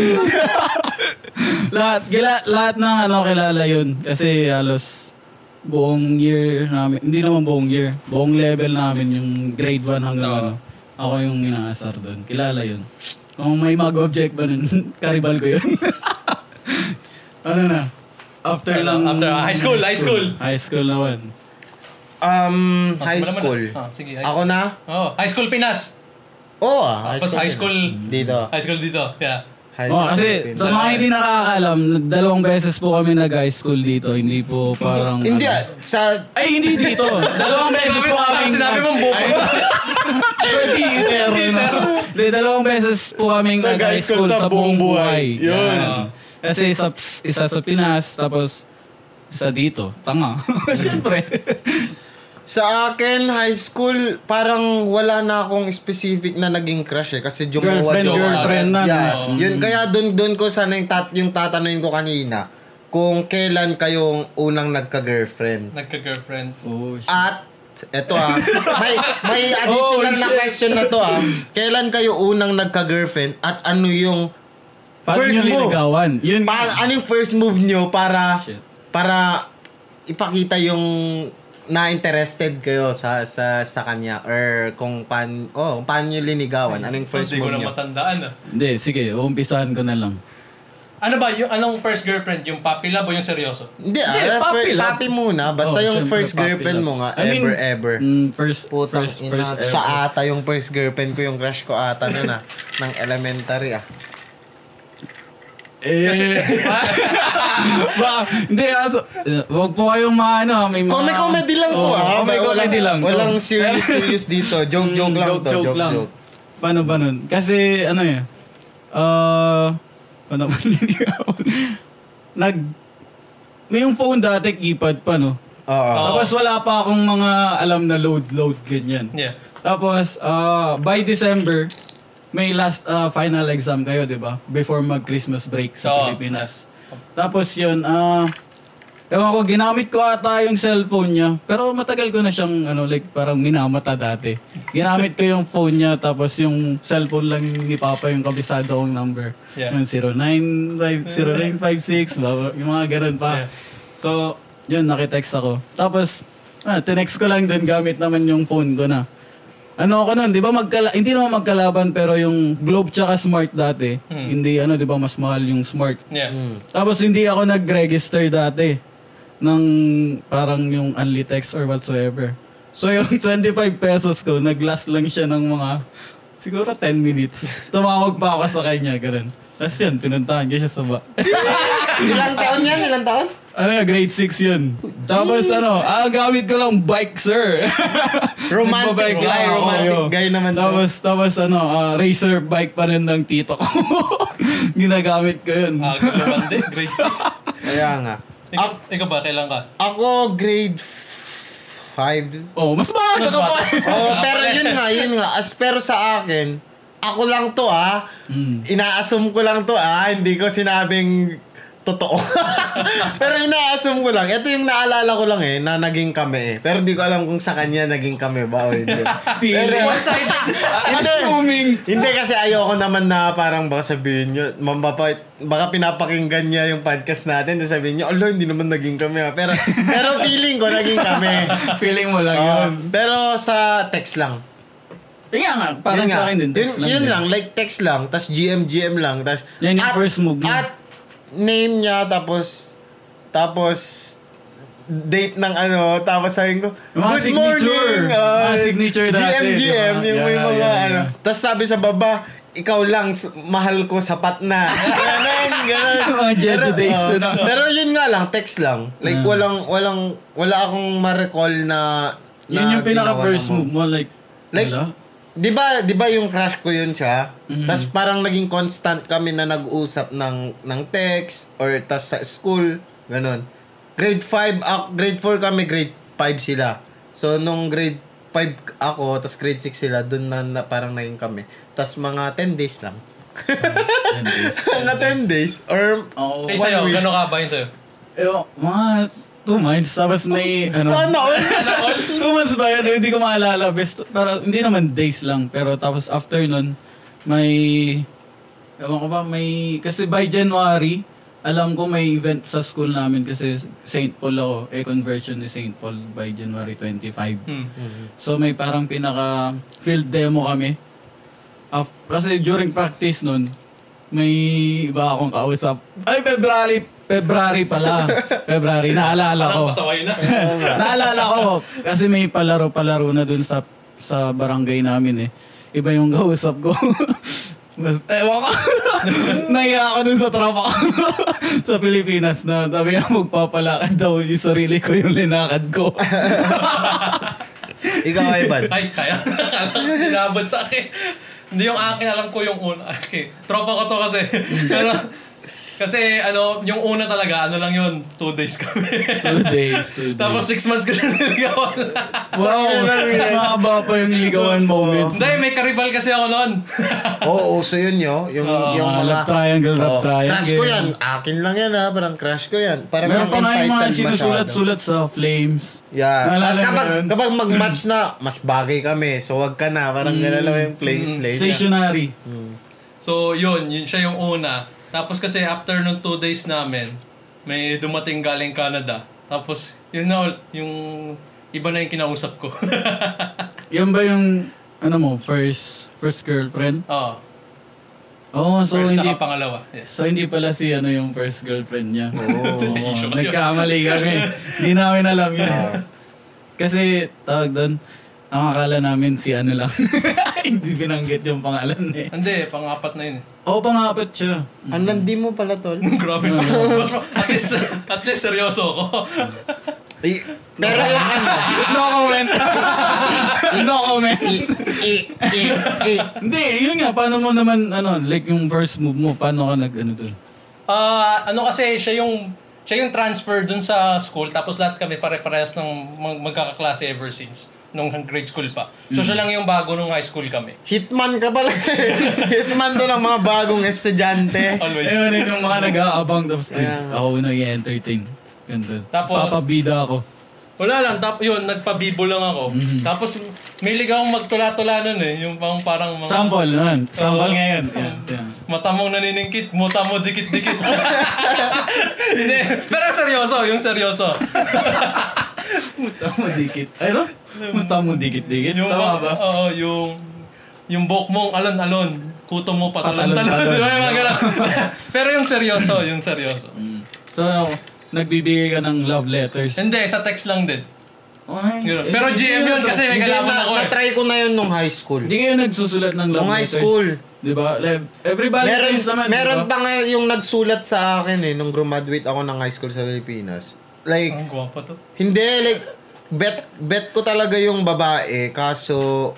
Speaker 3: lahat, gila, lahat ng ano kilala yun. Kasi halos buong year namin, hindi naman buong year, buong level namin yung grade 1 hanggang ano. Ako yung inaasar doon. Kilala yun. Kung may mag-object ba nun, karibal ko yun. ano na? After
Speaker 2: After
Speaker 3: lang.
Speaker 2: lang, Ano, after high school, high school.
Speaker 3: High school naman.
Speaker 1: Um,
Speaker 2: Ah,
Speaker 1: high
Speaker 2: wala man na.
Speaker 1: school.
Speaker 2: Ah, sige, high
Speaker 1: Ako na?
Speaker 2: Oh, high school Pinas.
Speaker 1: Oo ah.
Speaker 2: Tapos high school,
Speaker 1: Dito.
Speaker 2: high school dito. Yeah.
Speaker 1: High
Speaker 3: Oh, kasi
Speaker 1: Philippines.
Speaker 3: sa mga hindi nakakaalam, dalawang beses po kami nag-high school dito. Hindi po parang...
Speaker 1: Hindi
Speaker 3: ano.
Speaker 1: ah, sa...
Speaker 3: Ay, hindi dito. Dalawang beses po
Speaker 2: Sinabi-
Speaker 3: kami...
Speaker 2: sinabi mong buko.
Speaker 3: Peter. Hindi, dalawang beses po kami nag-high school sa buong buhay.
Speaker 1: Yun.
Speaker 3: Yan. Kasi isa, isa sa Pinas, tapos isa dito. Tanga. Siyempre.
Speaker 1: Sa akin, high school, parang wala na akong specific na naging crush eh. Kasi jumawa
Speaker 3: Girlfriend,
Speaker 1: jowa.
Speaker 3: girlfriend na,
Speaker 1: Yeah.
Speaker 2: Mm.
Speaker 3: no?
Speaker 1: Yun, kaya dun, dun ko sana yung, tat, yung tatanungin ko kanina. Kung kailan kayong unang nagka-girlfriend.
Speaker 2: Nagka-girlfriend.
Speaker 3: Oh, shit.
Speaker 1: At, eto ah, may, may additional
Speaker 3: Oh,
Speaker 1: na
Speaker 3: shit.
Speaker 1: question na to ah. Kailan kayo unang nagka-girlfriend at ano yung,
Speaker 3: Paano
Speaker 1: first
Speaker 3: nyo
Speaker 1: mo.
Speaker 3: liligawan? Yun.
Speaker 1: pa, ano yung first move nyo para,
Speaker 3: Shit.
Speaker 1: para ipakita yung na-interested kayo sa sa sa kanya or kung paano oh kung paano niyo linigawan anong first
Speaker 2: Hindi ko
Speaker 1: move
Speaker 2: na
Speaker 1: niyo
Speaker 2: matandaan. ah.
Speaker 3: Hindi, sige. Umpisahan ko na lang.
Speaker 2: Ano ba, yung anong first girlfriend? Yung puppy love o yung seryoso?
Speaker 1: Hindi,
Speaker 3: Hindi,
Speaker 1: ah,
Speaker 3: papi
Speaker 1: fir-
Speaker 3: lang.
Speaker 1: papi muna. Basta
Speaker 3: Oh,
Speaker 1: yung
Speaker 3: syempre,
Speaker 1: first
Speaker 3: papi
Speaker 1: girlfriend
Speaker 3: lang.
Speaker 1: mo nga,
Speaker 3: I mean,
Speaker 1: ever, ever.
Speaker 3: Mm, first,
Speaker 1: Putang
Speaker 3: first,
Speaker 1: ina,
Speaker 3: first ever.
Speaker 1: siya ata yung first girlfriend ko, yung crush ko ata nun ah. ng elementary ah.
Speaker 3: Eh,
Speaker 1: diba?
Speaker 3: ba, hindi, aso, eh, wag po kayong mga, ano, may mga...
Speaker 1: Comedy comedy lang to
Speaker 3: Oo,
Speaker 1: ah.
Speaker 3: Comedy comedy lang. to.
Speaker 1: Walang serious serious dito. Joke joke lang to. Joke joke.
Speaker 3: Paano ba nun? Kasi, ano eh, ah, paano ba niligawan? Nag, may yung phone dati, keypad pa, no?
Speaker 1: Oo.
Speaker 2: Oo.
Speaker 3: Tapos wala pa akong mga alam na load-load, ganyan.
Speaker 2: Yeah.
Speaker 3: Tapos, ah, by December, may last ah, final exam kayo, di ba? Before mag-Christmas break sa
Speaker 2: Oo.
Speaker 3: Pilipinas. Tapos yun, ah, ewan ko, ginamit ko ata yung cellphone niya. Pero matagal ko na siyang, ano, like, parang minamata dati. Ginamit ko yung phone niya, tapos yung cellphone lang ni Papa yung kabisado kong number.
Speaker 2: Yeah.
Speaker 3: Yung 095 0956, baba- yung mga ganun pa.
Speaker 2: Yeah.
Speaker 3: So, yun, nakitext ako. Tapos, ah, tinext ko lang din gamit naman yung phone ko na. Ano ako nun, di ba magkala- hindi naman magkalaban pero yung Globe tsaka Smart dati, hindi ano, di ba mas mahal yung Smart.
Speaker 2: Yeah.
Speaker 1: Hmm.
Speaker 3: Tapos hindi ako nag-register dati ng parang yung Unlitex or whatsoever. So yung 25 pesos ko, nag-last lang siya ng mga Siguro 10 minutes. Tumawag pa ako sa kanya, ganun. Tapos yun, pinuntahan ko siya sa ba.
Speaker 1: Ilang taon yan? Ilang taon?
Speaker 3: ano yun, grade 6 yun. Tapos ano, ah, gamit ko lang bike, sir.
Speaker 1: Romantic
Speaker 3: Nagbabike lang
Speaker 1: guy,
Speaker 3: ako,
Speaker 1: romantic
Speaker 3: yun.
Speaker 1: guy naman to.
Speaker 3: Tapos, tapos ano, ah, racer bike pa rin ng tito ko. Ginagamit ko yun.
Speaker 2: Ah, ganun din. Grade 6.
Speaker 1: Kaya nga.
Speaker 2: Ikaw,
Speaker 1: Ak-
Speaker 2: ikaw ba? Kailan ka?
Speaker 1: ako grade 5.
Speaker 3: Oh, mas maaga
Speaker 2: Mas
Speaker 3: ka pa.
Speaker 2: bata.
Speaker 1: Ah, Oh, pero yun nga, yun nga. As pero sa akin, ako lang to ah.
Speaker 3: Hmm.
Speaker 1: Ina-assume ko lang to ah. Hindi ko sinabing totoo. pero ina-assume ko lang. Ito yung naalala ko lang eh, na naging kami eh. Pero di ko alam kung sa kanya naging kami ba o hindi. ah,
Speaker 3: Feeling.
Speaker 2: One-sided.
Speaker 3: It's booming.
Speaker 1: hindi kasi ayoko naman na parang baka sabihin nyo, mambapa, baka pinapakinggan niya yung podcast natin tapos sabihin nyo, alo, hindi naman naging kami ah. Pero, pero feeling ko naging kami.
Speaker 3: Feeling mo lang
Speaker 1: Oh,
Speaker 3: yun.
Speaker 1: pero sa text lang.
Speaker 3: Kaya nga,
Speaker 1: Yun
Speaker 3: parang
Speaker 1: nga.
Speaker 3: sa akin din. text
Speaker 1: yun, yun
Speaker 3: din.
Speaker 1: lang, like text lang, tapos GM, GM lang, tapos...
Speaker 3: Yan yung first move niya.
Speaker 1: At name niya, tapos... Tapos... Date ng ano, tapos sabihin ko,
Speaker 3: Yung mga
Speaker 1: Good
Speaker 3: signature.
Speaker 1: morning! ah,
Speaker 3: Mga signature
Speaker 1: GM, GM,
Speaker 3: dati, yung mga-
Speaker 1: yung may
Speaker 3: yeah,
Speaker 1: mga
Speaker 3: yeah,
Speaker 1: ano.
Speaker 3: yeah.
Speaker 1: Tapos sabi sa baba, ikaw lang, s- mahal ko, sapat na. Ganun, ganun.
Speaker 3: Mga Jedi
Speaker 1: Pero,
Speaker 3: days, Mm.
Speaker 1: oh,
Speaker 3: ano?
Speaker 1: Pero yun nga lang, text lang. Like, walang, walang, wala akong ma-recall na... na
Speaker 3: Yun yung pinaka
Speaker 1: ginawa
Speaker 3: first
Speaker 1: naman.
Speaker 3: move mo, like,
Speaker 1: Like,
Speaker 3: wala.
Speaker 1: 'di ba, 'di ba yung crush ko yun siya? Tapos parang naging constant kami na nag-usap ng ng text or tas sa school, ganun. Grade 5 ako, grade 4 kami, grade 5 sila. So nung grade 5 ako, tas grade 6 sila, dun na, na parang naging kami. Tas mga 10 days lang. Ah, mga 10 days or
Speaker 3: Oo.
Speaker 2: Eh, sa'yo,
Speaker 1: week.
Speaker 2: gano'n ka ba yun sa'yo?
Speaker 3: Eh, mga two months, tapos may, ano,
Speaker 1: Sana all.
Speaker 3: two months ba yun? Hindi ko maalala. Best, para, hindi naman days lang, pero tapos after nun, may, ewan ko ba, may, kasi by January, alam ko may event sa school namin kasi St. Paul ako, eh conversion ni St. Paul by January 25.
Speaker 2: Hmm.
Speaker 3: So may parang pinaka field demo kami. Af- kasi during practice nun, may iba akong kausap. Ay, February! February pala. February, naalala ko.
Speaker 2: Parang pasaway na.
Speaker 3: naalala ko. Kasi may palaro-palaro na dun sa sa barangay namin eh. Iba yung kausap ko. Mas, ewan ko. Naiya ako dun sa tropa ko. sa Pilipinas na sabi na magpapalakad daw yung sarili ko yung linakad ko.
Speaker 1: Ikaw ay bad.
Speaker 2: Ay, kaya. Kala ko dinabot sa akin. Hindi yung akin, alam ko yung una. Okay. Tropa ko to kasi. Pero, kasi ano, yung una talaga, ano lang yun, two days kami.
Speaker 3: two days, two days.
Speaker 2: Tapos six months ko na niligawan.
Speaker 3: Wow, mas mahaba pa yung ligawan moments.
Speaker 2: Hindi, may karibal kasi ako noon.
Speaker 1: Oo, uso yun yo, yung yung
Speaker 3: mga
Speaker 1: mga
Speaker 3: love triangle, love
Speaker 1: Oo, Crush ko
Speaker 3: triangle.
Speaker 1: yan. Akin lang yan ha. Parang crush ko yan. Parang
Speaker 3: Meron
Speaker 1: ang
Speaker 3: pa nga yung
Speaker 1: entitled
Speaker 3: mga
Speaker 1: masyado.
Speaker 3: sinusulat-sulat sa flames.
Speaker 1: Yeah.
Speaker 3: Naalala
Speaker 1: Tapos
Speaker 3: mo
Speaker 1: kapag,
Speaker 3: yun?
Speaker 1: kapag mag-match na, mas bagay kami. So wag ka na. Parang mm. lang yung play slay.
Speaker 3: Stationary.
Speaker 2: So, yun, yun siya yung una. Tapos kasi after nung two days namin, may dumating galing Canada. Tapos, yun na, ul- yung iba na yung kinausap ko.
Speaker 3: Yan ba yung, ano mo, first first girlfriend?
Speaker 2: Oo.
Speaker 3: Oo, so
Speaker 2: Ah, first
Speaker 3: hindi
Speaker 2: na pangalawa. Yes.
Speaker 3: So hindi pala si ano yung first girlfriend niya. Oo.
Speaker 2: Issue kayo.
Speaker 3: Nagkamali kami. Hindi namin alam yun. Kasi tawag doon, ang akala namin si ano lang. hindi binanggit yung pangalan eh.
Speaker 2: Hindi, pang-apat na yun. eh.
Speaker 3: Oo, pangapat siya.
Speaker 1: Ang landi mo pala, tol.
Speaker 2: Grabe pa. Mas, ma- at least, at least seryoso ako.
Speaker 1: I- Pero yung ano,
Speaker 3: No comment. no comment.
Speaker 1: i- i- i- i-
Speaker 3: Hindi, yun nga. Paano mo naman, ano, like yung first move mo, paano ka nag, ano dun?
Speaker 2: Ah, ano kasi, siya yung siya yung transfer dun sa school tapos lahat kami pare-parehas ng mag- magkakaklase ever since nung grade school pa. So siya lang yung bago nung high school kami.
Speaker 1: Hitman ka pala. Hitman to ng mga bagong estudyante.
Speaker 2: Always.
Speaker 3: Ayun, yun yung mga nag-aabang. Tapos, ay, ako na i-entertain. Ganun.
Speaker 2: Tapos-
Speaker 3: Papabida ako.
Speaker 2: Wala lang, tap, yun, nagpabibo lang ako. Tapos, may akong magtula-tula nun eh. Yung parang, parang mga
Speaker 3: Sample naman. Sample
Speaker 2: Oo.
Speaker 3: ngayon. Yan, yan.
Speaker 2: mata mong naniningkit, mata mo dikit-dikit. Hindi, pero seryoso, yung seryoso.
Speaker 3: Mata mo dikit. Ano? Mata mo dikit-dikit.
Speaker 2: yung,
Speaker 3: Tama ba?
Speaker 2: Oo, yung, yung buhok mong alon-alon, kuto mo
Speaker 3: Patalon-talon.
Speaker 2: patalon-talon. Di ba yung mga ganun? pero yung seryoso, yung seryoso.
Speaker 3: Mm. So, nagbibigay ka ng love letters.
Speaker 2: Hindi, sa text lang din.
Speaker 3: Ay. eh,
Speaker 2: Ganun. Pero GM yun kasi
Speaker 1: Hindi,
Speaker 2: may kalaban
Speaker 1: na-
Speaker 2: ako eh.
Speaker 1: Na-try ko na yun nung high school.
Speaker 3: Hindi kayo nagsusulat ng love
Speaker 1: Nung high
Speaker 3: letters.
Speaker 1: school.
Speaker 3: Di ba? Like, every
Speaker 1: Meron,
Speaker 3: Valentine's naman,
Speaker 1: meron
Speaker 3: di ba?
Speaker 1: pa nga yung nagsulat sa akin eh, nung graduate ako ng high school sa Pilipinas. Like,
Speaker 2: Ang gwapo to.
Speaker 1: Hindi, like, bet, bet ko talaga yung babae, kaso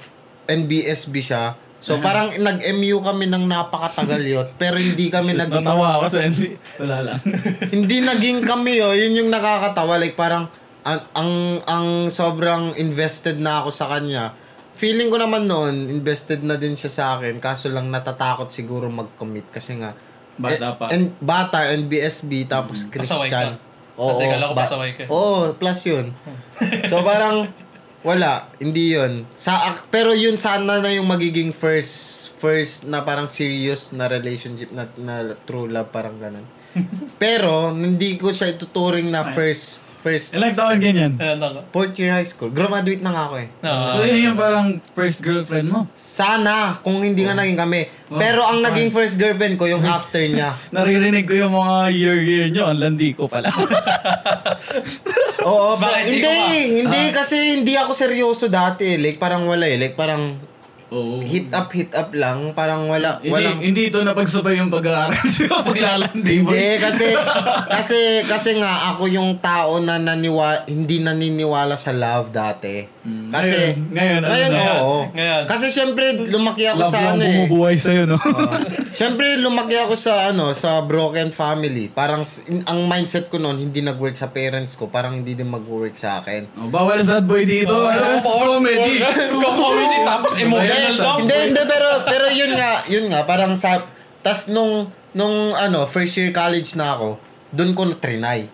Speaker 1: NBSB siya. So, parang nag-MU kami ng napakatagal yun, pero hindi kami naging,
Speaker 3: Natawa ako sa NC. Wala lang.
Speaker 1: hindi naging kami oh, yun yung nakakatawa. Like, parang, ang, ang, ang sobrang invested na ako sa kanya. Feeling ko naman noon, invested na din siya sa akin, kaso lang natatakot siguro mag-commit kasi nga,
Speaker 3: Bata
Speaker 1: eh,
Speaker 3: pa.
Speaker 1: And bata, NBSB, tapos Christian.
Speaker 2: Hmm. Pasaway ka. Dati kala ko pasaway ka.
Speaker 1: Oo, plus yun. so parang, wala, hindi yun. Sa, ak- pero yun sana na yung magiging first, first na parang serious na relationship na, na true love, parang ganun. pero, hindi ko siya ituturing na first, first,
Speaker 3: Ilang taon ganyan?
Speaker 2: Ayan ako.
Speaker 1: fourth year high school. Graduate na nga ako eh.
Speaker 2: Ah,
Speaker 3: So yun yung parang first girlfriend mo.
Speaker 1: Sana, kung hindi nga naging kami.
Speaker 3: Oh.
Speaker 1: Pero ang naging first girlfriend ko, yung after niya.
Speaker 3: Naririnig ko yung mga year-year nyo. Ang landi ko pala.
Speaker 1: Oo,
Speaker 2: Bakit?
Speaker 1: pero- hindi,
Speaker 2: Ikaw
Speaker 1: hindi,
Speaker 3: Ah.
Speaker 1: kasi hindi ako seryoso dati. eh. Like, parang wala eh. Like, parang
Speaker 3: Oo.
Speaker 1: hit up, hit up lang. Parang wala,
Speaker 3: Hindi,
Speaker 1: walang...
Speaker 3: hindi ito napagsabay yung pag-aaral siya paglalandi mo.
Speaker 1: Hindi, kasi, kasi, kasi nga, ako yung tao na naniwa, hindi naniniwala sa love dati. Kasi,
Speaker 3: Hmm. Ngayon, ngayon, ano
Speaker 1: ngayon,
Speaker 3: na?
Speaker 1: oo.
Speaker 2: Ngayon.
Speaker 1: Kasi, syempre, lumaki ako
Speaker 3: Love
Speaker 1: sa
Speaker 3: lang
Speaker 1: ano eh.
Speaker 3: bumubuhay sa'yo, no?
Speaker 1: Siyempre, lumaki ako sa ano, sa broken family. Parang s- in- ang mindset ko noon hindi nag-work sa parents ko, parang hindi din mag-work sa akin.
Speaker 3: Oh, bawal sad boy dito. ano? Comedy.
Speaker 2: Comedy. Tapos emotional daw.
Speaker 1: Hindi, hindi pero pero yun nga, yun nga parang sa tas nung nung ano, first year college na ako, doon ko na trinay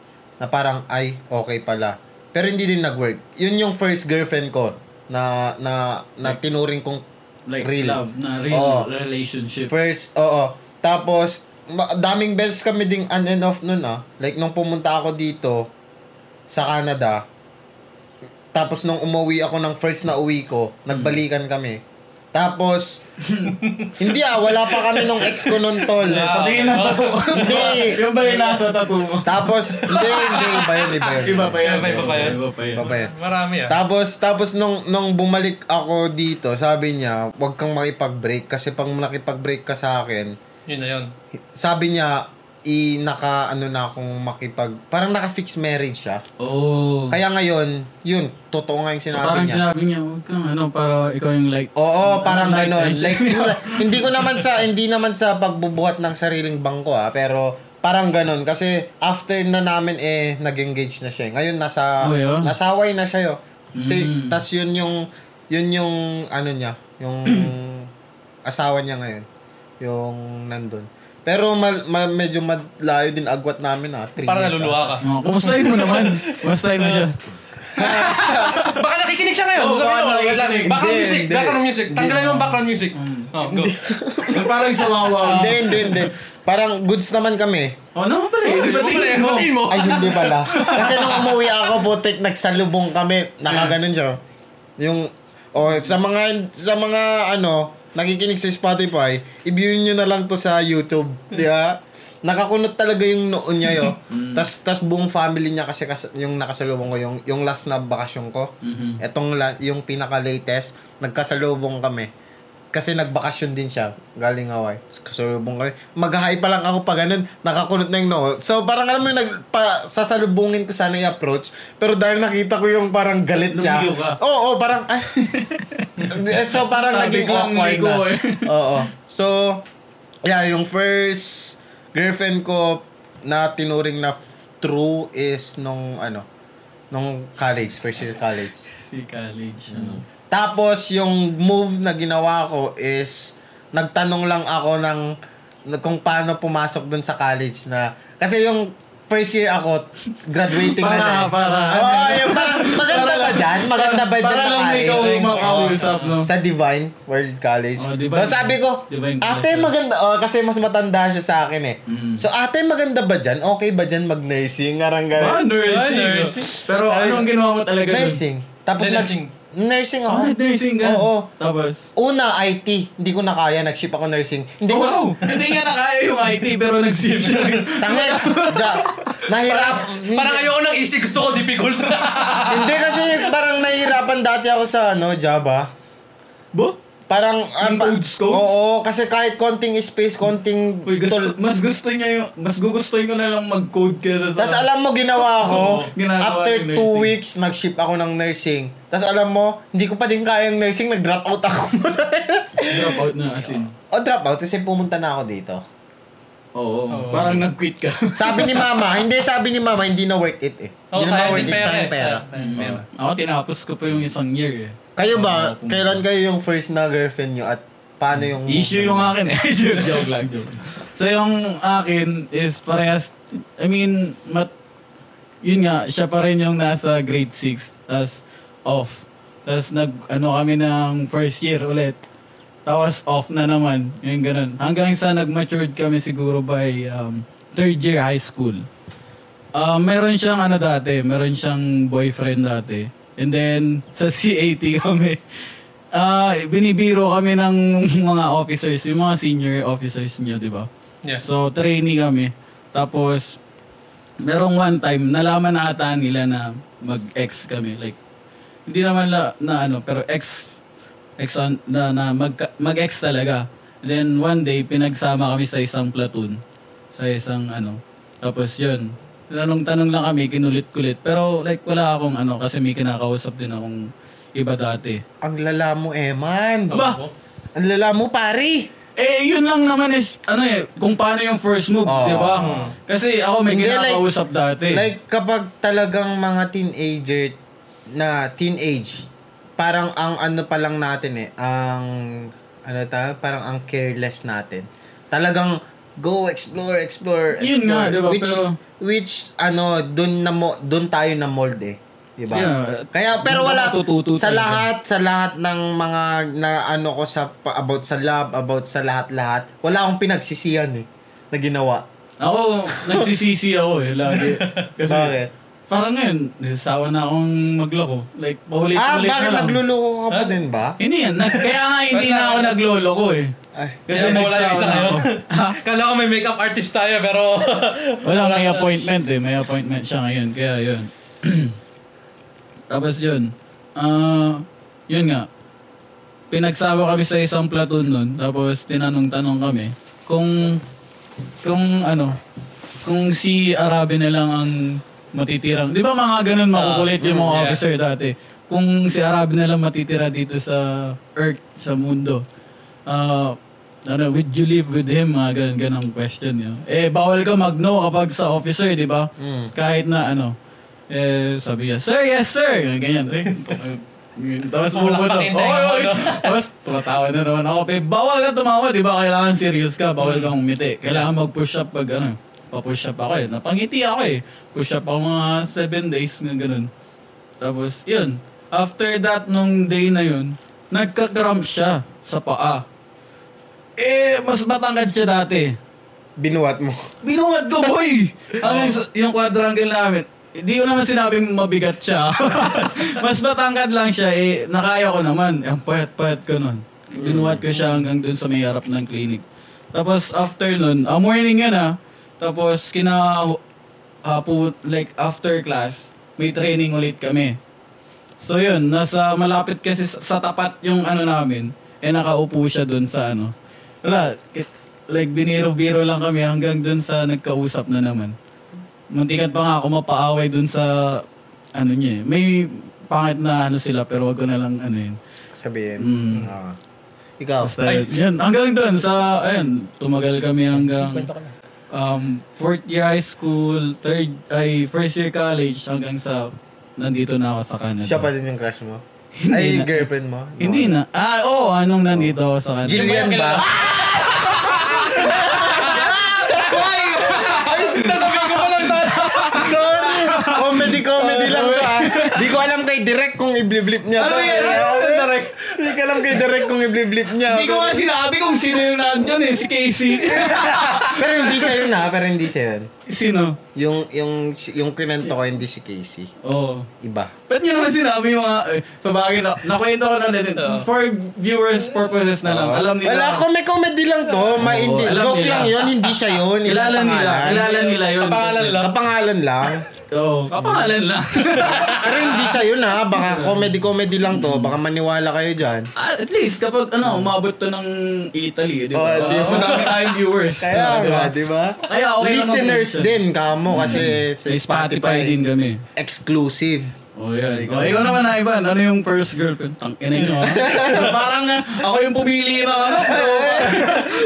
Speaker 1: na parang ay okay pala. Pero hindi din nag-work. Yun yung first girlfriend ko na na, na tinuring kong
Speaker 3: Like
Speaker 1: Real.
Speaker 3: love na real
Speaker 1: Oo.
Speaker 3: relationship.
Speaker 1: First, oo. Tapos, ma- daming beses kami ding on and off nun ah. Like, nung pumunta ako dito, sa Canada, tapos nung umuwi ako ng first na uwi ko, nagbalikan
Speaker 3: Mm.
Speaker 1: kami. Tapos, hindi ah, wala pa kami nung ex ko nun, tol.
Speaker 2: Ah,
Speaker 3: Patingin na tattoo.
Speaker 1: Hindi.
Speaker 3: yung ba yung nasa tattoo mo?
Speaker 1: Tapos, hindi, hindi, iba yun, iba yun.
Speaker 3: Iba pa yan.
Speaker 2: Iba, iba pa yan.
Speaker 3: Iba pa yan.
Speaker 1: Iba pa yan.
Speaker 2: Marami ah.
Speaker 1: Tapos, tapos nung, nung bumalik ako dito, sabi niya, huwag kang makipag-break kasi pag nakipag-break ka sa akin,
Speaker 2: Yun na yun.
Speaker 1: sabi niya, i naka ano na akong makipag parang naka fixed marriage siya.
Speaker 3: Oo.
Speaker 1: Kaya ngayon, yun, totoo nga yung
Speaker 3: Oh. So,
Speaker 1: sinabi niya.
Speaker 3: parang
Speaker 1: Oh.
Speaker 3: sinabi niya, huwag kang ano, para ikaw yung like,
Speaker 1: Oo, parang
Speaker 3: Like,
Speaker 1: gano'n.
Speaker 3: like-
Speaker 1: Like, hindi ko naman sa hindi naman sa pagbubuhat ng sariling bangko ah, pero parang gano'n kasi after na namin eh nag-engage na siya. eh. Ngayon nasa
Speaker 3: Oh, yun?
Speaker 1: nasaway na siya yo. Kasi
Speaker 3: Mm.
Speaker 1: tas yun yung yun yung ano niya, yung asawa niya ngayon, yung nandun. Pero mal, ma- medyo malayo din agwat namin ah. three
Speaker 2: Para
Speaker 1: years,
Speaker 2: naluluha ka.
Speaker 3: oh, kumustahin mo naman. Kumustahin mo siya.
Speaker 2: Baka nakikinig siya ngayon.
Speaker 3: Oo,
Speaker 2: Gabi
Speaker 3: baka
Speaker 2: mo, wait lang.
Speaker 3: nakikinig.
Speaker 2: Background
Speaker 1: Hindi,
Speaker 2: music.
Speaker 1: hindi.
Speaker 2: Background music. Tanggalin mo ang background music. Oh, go.
Speaker 3: Yung parang sawawa.
Speaker 1: ah. Hindi, hindi, hindi. Parang goods naman kami. eh.
Speaker 3: Oh, no, pala. Hindi ba
Speaker 2: Batiin mo.
Speaker 3: tingin mo?
Speaker 2: Batiin mo.
Speaker 1: Ay, hindi pala. Kasi nung umuwi ako, putik, nagsalubong kami. Nakaganon siya. Yung, oh, sa mga, sa mga, ano, nakikinig sa Spotify, i-view nyo na lang to sa YouTube. Di ba? Nakakunot talaga yung noon niya yo. tas, tas buong family niya kasi kas, yung nakasalubong ko, yung, yung last na bakasyon ko. Etong la, yung pinaka-latest, nagkasalubong kami. Kasi nagbakasyon din siya. Galing Hawaii. Kasalubong kami. Mag-hi pa lang ako pa ganun. Nakakunot na yung noo. So parang alam mo yung nagpa, sasalubungin ko sana yung approach. Pero dahil nakita ko yung parang galit siya.
Speaker 3: Lumiyo ka.
Speaker 1: Oo, oo, parang... ay. so parang
Speaker 3: Ah,
Speaker 1: naging
Speaker 3: biglang
Speaker 1: awkward
Speaker 3: ligo
Speaker 1: na.
Speaker 3: eh.
Speaker 1: Oo. So, yeah, yung first girlfriend ko na tinuring na f- true is nung ano, nung college, first year college.
Speaker 3: Si college, ano.
Speaker 1: Tapos yung move na ginawa ko is nagtanong lang ako ng na- kung paano pumasok dun sa college na kasi yung first year ako graduating na na.
Speaker 3: Para-
Speaker 1: eh.
Speaker 3: para,
Speaker 1: Oo,
Speaker 3: ano yun?
Speaker 1: yung parang maganda ba dyan? Maganda ba dyan
Speaker 3: Para
Speaker 1: sa
Speaker 3: lang may ikaw
Speaker 1: college?
Speaker 3: makausap, no?
Speaker 1: Sa Divine World College.
Speaker 3: Oh, Divine.
Speaker 1: So sabi ko,
Speaker 3: Divine
Speaker 1: ate
Speaker 3: College.
Speaker 1: maganda, oh, kasi mas matanda siya sa akin eh.
Speaker 3: Mm.
Speaker 1: So ate maganda ba dyan? Okay ba dyan mag-nursing? Arang ganun.
Speaker 3: Ah, nursing.
Speaker 2: Ah,
Speaker 3: no?
Speaker 2: nursing.
Speaker 3: Pero
Speaker 1: Sabi-
Speaker 3: anong ginawa mo talaga nun?
Speaker 1: Nursing. Tapos
Speaker 2: Then
Speaker 1: nag-
Speaker 2: nursing.
Speaker 1: Nursing ako.
Speaker 3: Ah, nursing ka?
Speaker 1: Oo.
Speaker 3: Tapos?
Speaker 1: Una, IT. Hindi ko na kaya. Nag-ship ako nursing. Hindi
Speaker 3: Oh,
Speaker 1: ko...
Speaker 3: wow! Hindi nga nakaya yung IT pero nag-save siya.
Speaker 1: Tangis! ja, Nahirap.
Speaker 2: Parang ayoko ng easy, gusto ko difficult.
Speaker 1: Hindi kasi parang nahihirapan dati ako sa ano, Java.
Speaker 3: Bo?
Speaker 1: Parang ang
Speaker 3: Yung codes, codes?
Speaker 1: Oo, kasi kahit konting space, konting
Speaker 3: Uy, gusto,
Speaker 1: tol-
Speaker 3: mas gusto niya yung, mas gugustuhin ko na lang mag-code kesa sa...
Speaker 1: Tapos alam mo ginawa ko,
Speaker 3: Oo, ginagawa
Speaker 1: after
Speaker 3: yung
Speaker 1: two
Speaker 3: nursing.
Speaker 1: weeks, nag-ship ako ng nursing. Tapos alam mo, hindi ko pa din kaya yung nursing, nag-drop out ako.
Speaker 3: Drop out na, as in.
Speaker 1: o drop out, kasi pumunta na ako dito.
Speaker 3: Oo, parang nag-quit ka.
Speaker 1: Sabi ni mama, hindi sabi ni mama, hindi na worth it eh.
Speaker 2: Oo,
Speaker 1: Hindi na
Speaker 2: sayang
Speaker 1: worth
Speaker 2: din
Speaker 1: it,
Speaker 2: pera. eh.
Speaker 1: sayang pera.
Speaker 2: Sayang din pera.
Speaker 3: Ako, tinapos ko pa yung isang year eh.
Speaker 1: Kayo ba,
Speaker 3: Oo, pumunta. Hmm.
Speaker 1: kailan kayo yung first na girlfriend nyo at paano yung...
Speaker 3: Issue yung akin eh. joke, joke lang, joke. lang. So yung akin is parehas, I mean, mat, yun nga, siya pa rin yung nasa grade 6, tas off. Tas nag, ano kami ng first year ulit. Tapos off na naman, yung ganun. Hanggang sa nag-matured kami siguro by um, third year high school. Ah, meron siyang ano dati, meron siyang boyfriend dati. And then, sa CAT kami, ah binibiro kami ng mga officers, yung mga senior officers niyo, di ba?
Speaker 2: Yeah.
Speaker 3: So, trainee kami. Tapos, merong one time, nalaman na ata nila na mag-ex kami. Like, hindi naman la, na ano, pero ex, ex on- na, na mag, mag-ex talaga. Then, one day, pinagsama kami sa isang platoon. Sa isang ano. Tapos, yun. Tanong-tanong lang kami, kinulit-kulit. Pero, like, wala akong ano, kasi may kinakausap din akong iba dati.
Speaker 1: Ang lala mo, Eman.
Speaker 2: Oo.
Speaker 3: Aba!
Speaker 1: Ang lala mo, pare.
Speaker 3: Eh, yun lang naman is, ano eh, kung paano yung first move,
Speaker 1: Oo.
Speaker 3: di ba? Kasi ako may
Speaker 1: Hindi, like-
Speaker 3: kinakausap dati.
Speaker 1: Like, kapag talagang mga teenager na teenage, parang ang ano pa lang natin eh, ang, ano ta, parang ang careless natin. Talagang, go explore, explore, explore.
Speaker 3: Yun nga, diba?
Speaker 1: Which,
Speaker 3: Pero-
Speaker 1: which, ano, dun, na mo, dun tayo na mold eh. Diba?
Speaker 3: Yeah.
Speaker 1: Kaya, pero
Speaker 3: Dun
Speaker 1: wala,
Speaker 3: matututo
Speaker 1: sa
Speaker 3: tayo.
Speaker 1: lahat, sa lahat ng mga, na ano ko sa, pa- about sa love, about sa lahat-lahat, wala akong pinagsisiyan eh, na ginawa.
Speaker 3: Ako, nagsisisi ako eh, lagi. Kasi,
Speaker 1: Bakit?
Speaker 3: parang ngayon, nasasawa na akong magloko. Like, paulit-ulit
Speaker 1: Ah,
Speaker 3: na
Speaker 1: bakit
Speaker 3: lang. Ah,
Speaker 1: nagluloko ka pa
Speaker 2: Huh?
Speaker 1: din ba?
Speaker 3: Hindi yan. Nag- kaya nga hindi
Speaker 2: Wala.
Speaker 3: na ako nagloloko eh.
Speaker 1: Ay.
Speaker 3: Kasi
Speaker 2: Kaya wala yung
Speaker 3: nagsawa
Speaker 2: isa
Speaker 3: na
Speaker 2: ngayon.
Speaker 3: ako. Ha?
Speaker 2: Kala ko may makeup artist tayo, pero...
Speaker 3: Wala, may appointment eh. May appointment siya ngayon. Kaya yun. Tapos yun. Ah, yun nga. Pinagsama kami sa isang platoon nun. Tapos tinanong-tanong kami kung kung ano kung si Arabe na lang ang matitirang. Di ba mga ganun makukulit yung mga
Speaker 2: yeah.
Speaker 3: officer dati? Kung si Arabe na lang matitira dito sa earth, sa mundo, ah, ano, would you live with him? Mga ganun, ganang question. Yun. Eh, bawal ka mag-no kapag sa officer, di ba? Kahit na ano. Eh, sabi niya, sir, yes, sir! Ganyan, eh. Tapos
Speaker 2: Wala pang
Speaker 3: pupunta.
Speaker 2: hintay
Speaker 3: "Oy,
Speaker 2: ako,
Speaker 3: oy."
Speaker 2: no?
Speaker 3: Tapos tumatawa na naman ako. Eh, bawal ka tumawa, di ba? Kailangan serious ka, bawal kang umiti. Kailangan mag-push up pag ano. Pa-push up ako eh. Napangiti ako eh. Push up ako mga 7 days, nga ganun. Tapos, yun. After that, nung day na yun, nagka-cramp siya sa paa. Eh, mas matangkad siya dati.
Speaker 1: Binuhat mo.
Speaker 3: Binuhat ko, boy! Hanggang sa, yung quadrangle namin, hindi ko naman sinabing mabigat siya. Mas matangkad lang siya, eh, nakaya ko naman. Ang payat-payat ko nun. Binuhat ko siya hanggang dun sa may harap ng clinic. Tapos after nun, ah, morning yun ah. Tapos kina hapo, like after class, may training ulit kami. So yun, nasa malapit kasi sa, sa tapat yung ano namin, eh nakaupo siya dun sa ano. Wala, it, like biniro-biro lang kami hanggang dun sa nagkausap na naman. Muntikan pa nga ako mapaaway dun sa ano niya eh. May pangit na ano sila pero wag ko na lang ano yun.
Speaker 1: Sabihin.
Speaker 3: Mm.
Speaker 1: Ah. Ikaw.
Speaker 3: Basta, yun, hanggang dun sa, ayun, tumagal kami hanggang um, fourth year high school, third, ay, first year college, hanggang sa, nandito na ako sa Canada.
Speaker 1: Siya pa din yung crush mo?
Speaker 3: Ano Hindi
Speaker 1: Ay,
Speaker 3: na.
Speaker 1: girlfriend mo?
Speaker 3: Hindi na. Ah, oo, anong nandito ako sa Canada.
Speaker 1: Jillian ba?
Speaker 2: Sasabihin ko pa lang sana.
Speaker 1: Sorry! Comedy, comedy lang to ah. Di ko alam kay Direk kung i-blip niya to.
Speaker 3: Ano yan?
Speaker 1: Direk? Di ko alam kay Direk kung i-blip niya.
Speaker 3: Hindi ko nga sinabi kung sino yung nandyan eh, si Casey.
Speaker 1: Pero hindi siya yun ha, pero hindi siya yun.
Speaker 3: Sino?
Speaker 1: Yung, yung, yung kinento ko, hindi si Casey.
Speaker 3: Oo.
Speaker 1: Iba.
Speaker 3: Ba't nyo naman sinabi yung mga, eh, sa bagay na, nakwento ko na natin,
Speaker 2: Oo.
Speaker 3: for viewers purposes na lang, alam nila.
Speaker 1: Wala, comedy lang to. Maindi.
Speaker 3: alam
Speaker 1: Joke
Speaker 3: nila.
Speaker 1: lang yun, hindi siya yun. Hindi
Speaker 3: Kilala
Speaker 1: siya
Speaker 3: nila,
Speaker 1: pangalan.
Speaker 3: kilala nila yun.
Speaker 2: Kapangalan lang.
Speaker 1: Kapangalan lang.
Speaker 3: Oo, kapangalan lang.
Speaker 1: Pero hindi siya yun ha. Baka comedy-comedy lang to. Baka maniwala kayo dyan.
Speaker 3: Ah, At least, kapag ano, umabot to ng Italy, di ba?
Speaker 1: Oh, at least.
Speaker 3: Marami tayong viewers. Ah,
Speaker 1: Kaya
Speaker 3: di ba?
Speaker 1: nga, di ba?
Speaker 3: Kaya Ah, okay lang ang-
Speaker 1: diba? Listeners din, kamo. Kasi sa
Speaker 3: Sa Spotify din kami.
Speaker 1: Exclusive.
Speaker 3: Oh, yan. Ikaw, ikaw naman, Ivan. Ano yung first girlfriend? Tang ina nyo, ha? Parang ah, ako yung pumili na ano, pero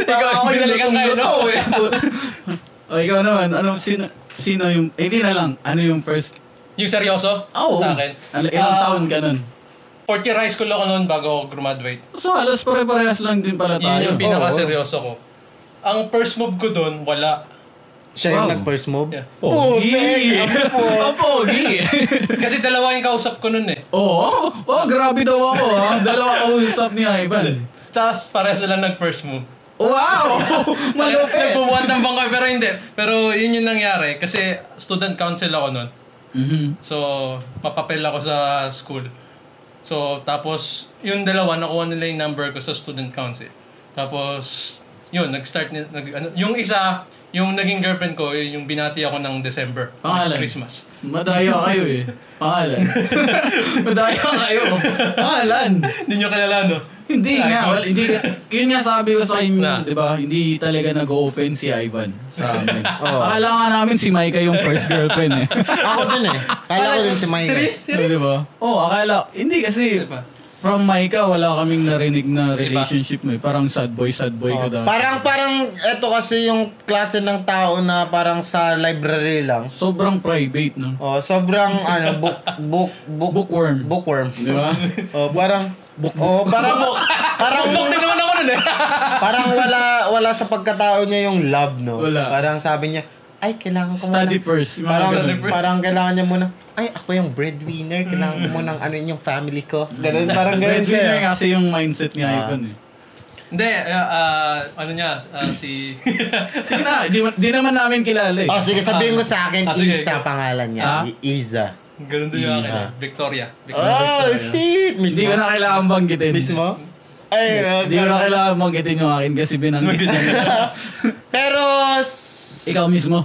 Speaker 3: parang ako yung
Speaker 2: binalikan
Speaker 3: lutong
Speaker 2: kayo, no?
Speaker 3: luto, eh. oh, ikaw naman, ano, sino, sino yung, eh, hindi na lang, ano yung first,
Speaker 2: Yung seryoso
Speaker 3: oh,
Speaker 2: sa akin.
Speaker 3: al- ilang
Speaker 2: Ah,
Speaker 3: taon ka nun?
Speaker 2: Fourth year high school ako noon bago ako graduate.
Speaker 3: So, halos pare-parehas lang din pala tayo.
Speaker 2: Yun yung
Speaker 1: pin-
Speaker 2: pinaka-seryoso ko. Ang first move ko doon, wala.
Speaker 1: Siya yung
Speaker 3: Wow.
Speaker 1: nag-first move.
Speaker 2: Yeah.
Speaker 1: Oh,
Speaker 3: Pogi! Ang pogi!
Speaker 2: Kasi dalawa yung kausap ko noon eh.
Speaker 3: Oo, oh, oh, grabe daw ako, ha? Dalawa kausap ni Ivan.
Speaker 2: Tapos pareho silang nag-first move.
Speaker 3: Wow! Malupit!
Speaker 2: Nagbubuhat ng bangko pero hindi. Pero yun yung nangyari kasi student council ako noon.
Speaker 3: Mhm.
Speaker 2: So, mapapel ako sa school. So, tapos yung dalawa nakuha nila yung number ko sa student council. Tapos yun, nag-start ni, nag, ano, yung isa, yung naging girlfriend ko, yun yung binati ako ng December.
Speaker 3: Pangalan?
Speaker 2: Christmas.
Speaker 3: Madaya kayo eh. Pangalan. Madaya kayo. Pangalan.
Speaker 2: Hindi nyo kilala, no?
Speaker 3: Hindi
Speaker 2: Ay,
Speaker 3: nga.
Speaker 2: coach.
Speaker 3: Well, hindi, yun nga sabi ko sa
Speaker 2: Na.
Speaker 3: inyo, di ba? Hindi talaga nag-open si Ivan sa amin.
Speaker 1: Oo.
Speaker 3: Akala nga namin si Micah yung first girlfriend eh.
Speaker 1: Ako din eh. Kala ko din si Ano, Mike.
Speaker 2: Serious? Serious?
Speaker 3: Di ba? Oo, akala. Hindi kasi
Speaker 2: Di ba?
Speaker 3: from Micah wala kaming narinig
Speaker 2: Di
Speaker 3: na
Speaker 2: ba?
Speaker 3: relationship mo eh. Parang sad boy, sad boy ka dati.
Speaker 1: Parang, parang, eto kasi yung klase ng tao na parang sa library lang.
Speaker 3: Sobrang private no.
Speaker 1: Oh, sobrang ano, book book book
Speaker 3: Bookworm.
Speaker 1: bookworm.
Speaker 3: Di ba?
Speaker 1: Oh, parang Oh, parang parang
Speaker 2: Bukbok din naman ako nun eh.
Speaker 1: parang wala wala sa pagkatao niya yung love, no.
Speaker 3: Wala.
Speaker 1: Parang sabi niya, ay kailangan ko muna-
Speaker 3: Study first. yung mga
Speaker 1: Parang
Speaker 3: ganun.
Speaker 2: first.
Speaker 1: parang kailangan niya muna. Ay, ako yung breadwinner, kailangan ko muna ng ano yung family ko. Ganun parang ganun
Speaker 3: Mm. Breadwinner
Speaker 1: siya.
Speaker 3: kasi yung mindset ni
Speaker 1: Ah.
Speaker 3: Ivan eh.
Speaker 2: Hindi, ah, ah, ano niya, ah, si...
Speaker 3: Sige na, di, di naman namin kilala eh.
Speaker 1: Oh, sige, sabihin mo sa akin,
Speaker 2: Ah, sige,
Speaker 1: Isa
Speaker 2: ikaw.
Speaker 1: pangalan niya.
Speaker 3: Ah?
Speaker 1: I- Isa.
Speaker 2: Ganun din yung
Speaker 1: Yeah.
Speaker 2: akin. Victoria. Victoria.
Speaker 1: Oh, shit!
Speaker 3: Hindi ko
Speaker 1: Mismo?
Speaker 3: na kailangan banggitin.
Speaker 1: Mismo? Ay, oh, okay.
Speaker 3: Hindi ko na kailangan banggitin yung akin kasi binanggit na nila.
Speaker 1: Pero, s-
Speaker 3: Ikaw mismo,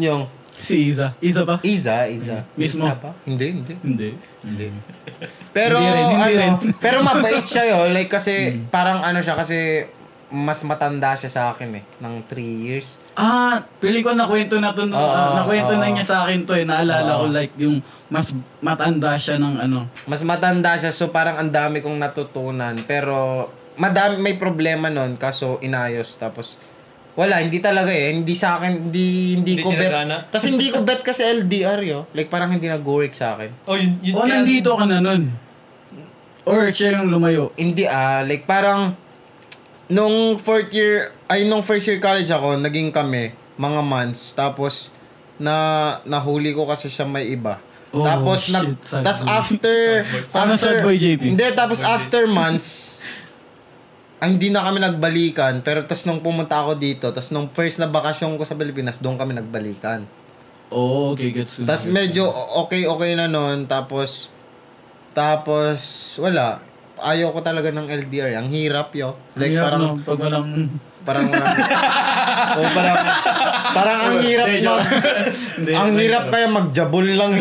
Speaker 1: yung
Speaker 3: si Iza. Iza ba?
Speaker 1: Isa, Isa.
Speaker 3: Mismo?
Speaker 1: Isa pa? Hindi, hindi.
Speaker 3: Hindi.
Speaker 1: Pero
Speaker 3: Hindi rin, hindi
Speaker 1: ano,
Speaker 3: rin. Hmm.
Speaker 1: pero mabait siya yo, like kasi parang ano siya kasi mas matanda siya sa akin eh ng 3 years.
Speaker 3: Ah, pili ko nakwento na to, na,
Speaker 1: Oo,
Speaker 3: ah, nakwento na
Speaker 1: oo.
Speaker 3: niya sa akin to eh. Naalala
Speaker 1: Oo.
Speaker 3: ko like yung mas matanda siya ng ano.
Speaker 1: Mas matanda siya so parang ang dami kong natutunan pero madami may problema noon kaso inayos tapos wala hindi talaga eh hindi sa akin hindi hindi,
Speaker 2: Hindi
Speaker 1: ko bet.
Speaker 2: tinadhana?
Speaker 1: Tapos hindi ko bet kasi LDR yo. Like parang hindi nag-work sa akin.
Speaker 2: Oh, yun, yun
Speaker 3: O
Speaker 2: kaya-
Speaker 3: nandito ka na nun. Or siya yung lumayo.
Speaker 1: Hindi ah, like parang nung fourth year, ay nung first year college ako, naging kami mga months tapos na nahuli ko kasi siya may iba.
Speaker 3: Oh,
Speaker 1: tapos
Speaker 3: shit,
Speaker 1: nag
Speaker 3: sad
Speaker 1: tas
Speaker 3: boy.
Speaker 1: after
Speaker 3: Ano sad boy, JP?
Speaker 1: Hindi tapos after months ay, hindi na kami nagbalikan pero tas nung pumunta ako dito tas nung first na bakasyon ko sa Pilipinas doon kami nagbalikan
Speaker 3: Oo, Oh, okay, gets ko. na.
Speaker 1: tapos medyo okay okay na nun. Tapos tapos wala. Ayaw ko talaga ng LDR. Ang hirap yo. Like
Speaker 3: Hirap,
Speaker 1: parang
Speaker 3: no? pag walang
Speaker 1: parang o parang parang ang hirap
Speaker 3: Hindi,
Speaker 1: mag,
Speaker 3: joke. Hindi,
Speaker 1: ang
Speaker 3: joke.
Speaker 1: hirap kaya magjabol lang.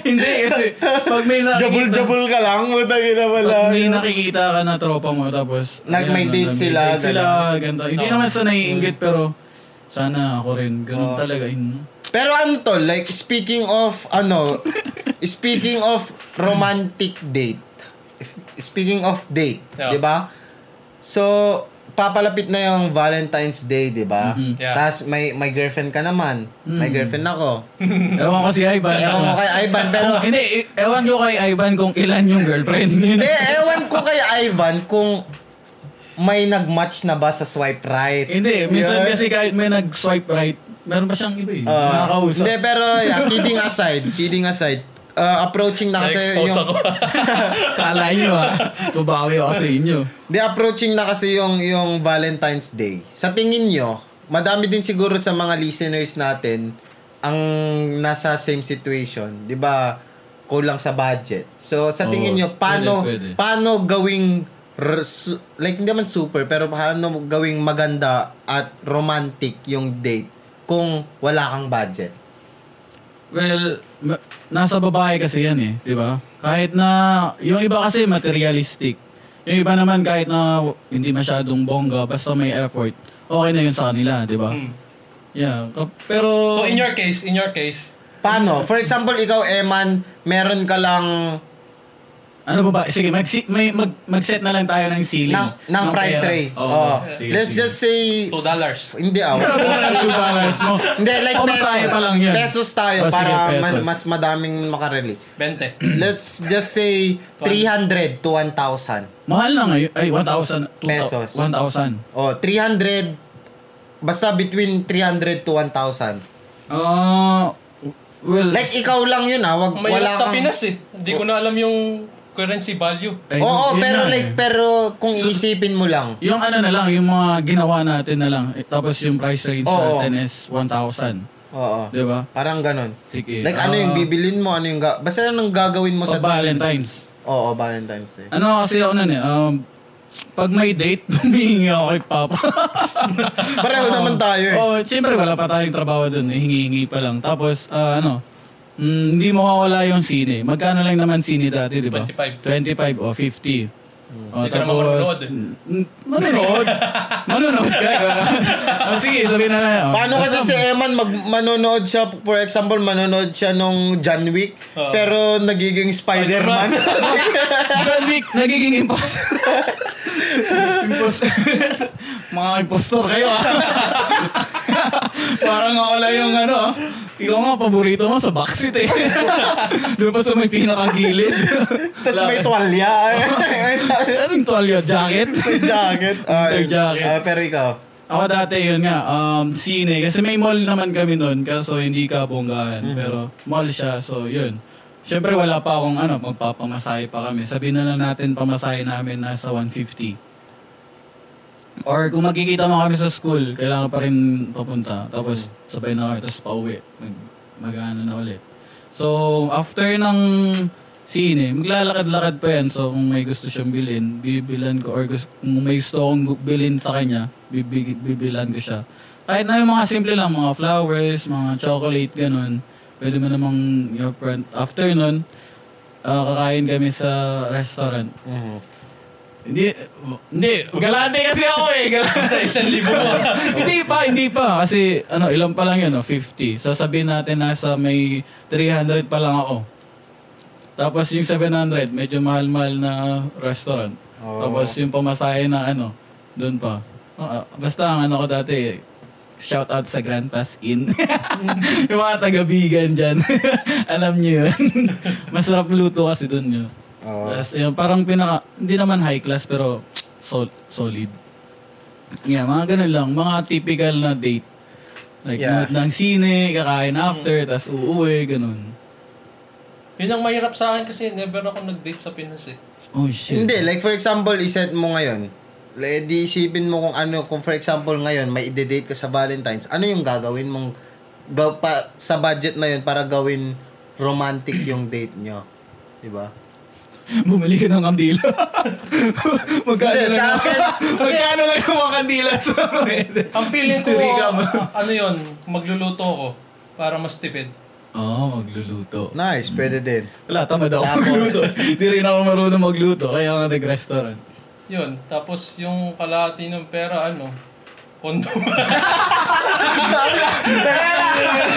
Speaker 3: Hindi kasi pag may
Speaker 1: jabul
Speaker 3: nakikita,
Speaker 1: jabul ka lang, mutangin na wala.
Speaker 3: pag may nakikita ka na tropa mo tapos
Speaker 1: Nag- may
Speaker 3: ayan,
Speaker 1: date
Speaker 3: nag-
Speaker 1: sila,
Speaker 3: date sila, ganito. Hindi
Speaker 2: Oo.
Speaker 3: naman sa naiinggit pero sana ako rin. Ganun talaga yun.
Speaker 1: Pero ano to, like speaking of ano, speaking of romantic date. if- Speaking of date,
Speaker 2: Yeah.
Speaker 1: 'di ba? So papalapit na yung Valentine's Day, 'di ba?
Speaker 3: Mhm.
Speaker 2: Yeah.
Speaker 1: Tapos may may girlfriend ka naman. May girlfriend ako.
Speaker 3: Ewan ko si Ivan.
Speaker 1: Ewan ko kay Ivan pero
Speaker 3: Kung- hindi, e- ewan ko kay Ivan kung ilan yung girlfriend. Yun.
Speaker 1: hindi ewan ko kay Ivan kung may nagmatch na ba sa swipe right.
Speaker 3: hindi,
Speaker 1: Yun.
Speaker 3: minsan kasi kahit may nag-swipe right, meron pa siyang iba eh.
Speaker 1: Ah.
Speaker 3: Nakakausap.
Speaker 1: Hindi, pero yeah, kidding aside, kidding aside, uh, approaching na kasi
Speaker 2: Na-expose
Speaker 1: yung
Speaker 2: ako.
Speaker 3: Kala nyo ah. Babawi ako sa inyo.
Speaker 1: Di approaching na kasi yung yung Valentine's Day. Sa tingin nyo, madami din siguro sa mga listeners natin ang nasa same situation, 'di ba? Kulang sa budget. So sa tingin
Speaker 3: Oo,
Speaker 1: niyo paano
Speaker 3: pwede, pwede.
Speaker 1: paano gawing r- su- like hindi man super pero paano gawing maganda at romantic yung date kung wala kang budget?
Speaker 3: Well, ma- nasa babae kasi yan eh, di ba? Kahit na, yung iba kasi materialistic. Yung iba naman kahit na w- hindi masyadong bongga, basta may effort, okay na yun sa kanila, di ba?
Speaker 2: Mm.
Speaker 3: Yeah. ka- Pero,
Speaker 2: So in your case, in your case,
Speaker 1: Paano? For example, ikaw Eman, meron ka lang
Speaker 3: ano ba ba? Sige, mag, may, mag, mag-set na lang tayo ng ceiling.
Speaker 1: ng, ng price
Speaker 3: pera.
Speaker 1: range.
Speaker 3: Oo.
Speaker 1: Oo.
Speaker 3: Sige,
Speaker 1: Let's
Speaker 3: sige.
Speaker 1: just say
Speaker 2: $2. dollars.
Speaker 1: hindi ah.
Speaker 3: Sabi mo lang yung dollars mo.
Speaker 1: Hindi, like
Speaker 3: Oh,
Speaker 1: pesos.
Speaker 3: masaya pa lang yun.
Speaker 1: Pesos tayo
Speaker 3: Oh, sige,
Speaker 1: para ma-
Speaker 3: pesos.
Speaker 1: mas madaming makarelate.
Speaker 2: 20.
Speaker 1: Let's just say 300 to 1,000.
Speaker 3: Mahal na ngayon. Ay, 1,000. two thou-
Speaker 1: Pesos.
Speaker 3: 1,000.
Speaker 1: O, 300, Oh, basta between 300 to 1,000.
Speaker 3: Ah, well,
Speaker 1: Like, ikaw lang yun ah. Wag,
Speaker 2: May
Speaker 1: wala
Speaker 2: sa
Speaker 1: kang...
Speaker 2: Pinas eh. Hindi ko na alam yung currency value.
Speaker 3: ay,
Speaker 1: Oo,
Speaker 3: yun eh.
Speaker 1: pero
Speaker 3: na.
Speaker 1: like, pero kung
Speaker 3: So-
Speaker 1: iisipin mo lang.
Speaker 3: Yung ano na lang, yung mga ginawa natin na lang. Eh, Tapos yung price range
Speaker 1: Oo.
Speaker 3: natin is 1,000.
Speaker 1: Oo.
Speaker 3: Di ba?
Speaker 1: Parang ganun.
Speaker 3: Sige.
Speaker 1: Like, ano yung
Speaker 3: Ah, Oh,
Speaker 1: bibilin mo, ano yung... Ga- basta yun ang gagawin mo
Speaker 3: o
Speaker 1: sa...
Speaker 3: Valentine's.
Speaker 1: Oo, Valentine's Day.
Speaker 3: Ano kasi ako nun eh, um, pag may date, humihingi ako kay Papa.
Speaker 1: Pareho naman tayo eh.
Speaker 3: oh, siyempre wala pa tayong trabaho dun, eh, hingi-hingi pa lang. Tapos, ah, ano, mm, hindi mo mawala yung sine. Magkano lang naman sine dati, di ba?
Speaker 2: 25.
Speaker 3: 25 o 50. Oh,
Speaker 2: Hmm. Hindi ka naman manunood eh.
Speaker 3: Mm, Manunood? manunood ka. oh, sige, sabihin na lang. oh.
Speaker 1: Paano kasi
Speaker 3: Basta-
Speaker 1: si Eman mag manonood siya for example manonood siya nung John Wick
Speaker 2: Oo.
Speaker 3: Ah.
Speaker 1: pero nagiging Spider-Man.
Speaker 3: John Wick, nagiging imposter. imposter. Mga impostor kayo ah. Parang ako lang yung ano. ah. Ikaw nga, paborito mo sa backseat eh. Doon pa sa may pinakagilid. Ano
Speaker 1: Tapos may tuwalya.
Speaker 3: Anong tuwalya? Jacket?
Speaker 1: may jacket. Ah,
Speaker 3: May jacket.
Speaker 1: ah, pero ikaw.
Speaker 3: Ako dati yun nga, um, sine. Kasi may mall naman kami noon, kaso hindi ka bonggaan. Pero mall siya, so yun. Siyempre wala pa akong ano, magpapamasahe pa kami. Sabihin na lang natin pamasahe namin nasa 150. Or kung magkikita mo kami sa school, kailangan pa rin papunta. Tapos sabay na kami, tapos pauwi. Mag, mag-ano na ulit. So, after ng sine, maglalakad-lakad pa yan. So, kung may gusto siyang bilhin, bibilan ko. Or gusto, kung may gusto akong gu- bilhin sa kanya, bibig, bibilan ko siya. Kahit na yung mga simple lang, mga flowers, mga chocolate, ganun. Pwede mo namang yung front. After nun, ah, kakain kami sa restaurant. Hindi, hindi. Galante kasi ako eh. Galante.
Speaker 2: Sa isang libo mo.
Speaker 3: hindi pa, hindi pa. Kasi ano, ilan pa lang yun, no? 50. Sasabihin natin nasa may 300 pa lang ako. Tapos yung 700, medyo mahal-mahal na restaurant.
Speaker 1: Oo.
Speaker 3: Tapos yung pamasahe na ano, doon pa. Ah, ah, basta ang ano ko dati, shout out sa Grand Pass Inn. yung mga taga-vegan dyan. Alam niyo yun. Masarap luto kasi doon yun.
Speaker 1: Oo.
Speaker 3: Tapos yun, parang pinaka, hindi naman high class pero sol- solid. Yeah, mga ganun lang. Mga typical na date. Like,
Speaker 1: Yeah.
Speaker 3: nood ng sine, kakain after, tas uuwi, ganun.
Speaker 2: Yun ang mahirap sa akin kasi never ako nag-date sa Pinas eh.
Speaker 3: Oh, shit.
Speaker 1: Hindi, like for example, iset mo ngayon. Like, di isipin mo kung ano, kung for example ngayon, may ide-date ka sa Valentine's, ano yung gagawin mong gaw pa, sa budget na yun para gawin romantic yung date nyo? Diba?
Speaker 3: Bumili ka ng kandila. magkano
Speaker 1: Hindi, sa
Speaker 3: lang
Speaker 1: akin,
Speaker 3: magkano lang yung mga kandila sa
Speaker 2: Ang feeling ko,
Speaker 3: Turiga mo.
Speaker 2: a- ano yun, magluluto ako para mas tipid.
Speaker 3: Oo, oh, magluluto.
Speaker 1: Nice, pwede din.
Speaker 3: Wala, tamad ako
Speaker 1: Tapos-
Speaker 3: magluto. Hindi rin ako marunong magluto, kaya nga nag-restaurant.
Speaker 2: Yun. Tapos yung kalahati ng pera, ano, kondom.
Speaker 3: Mm.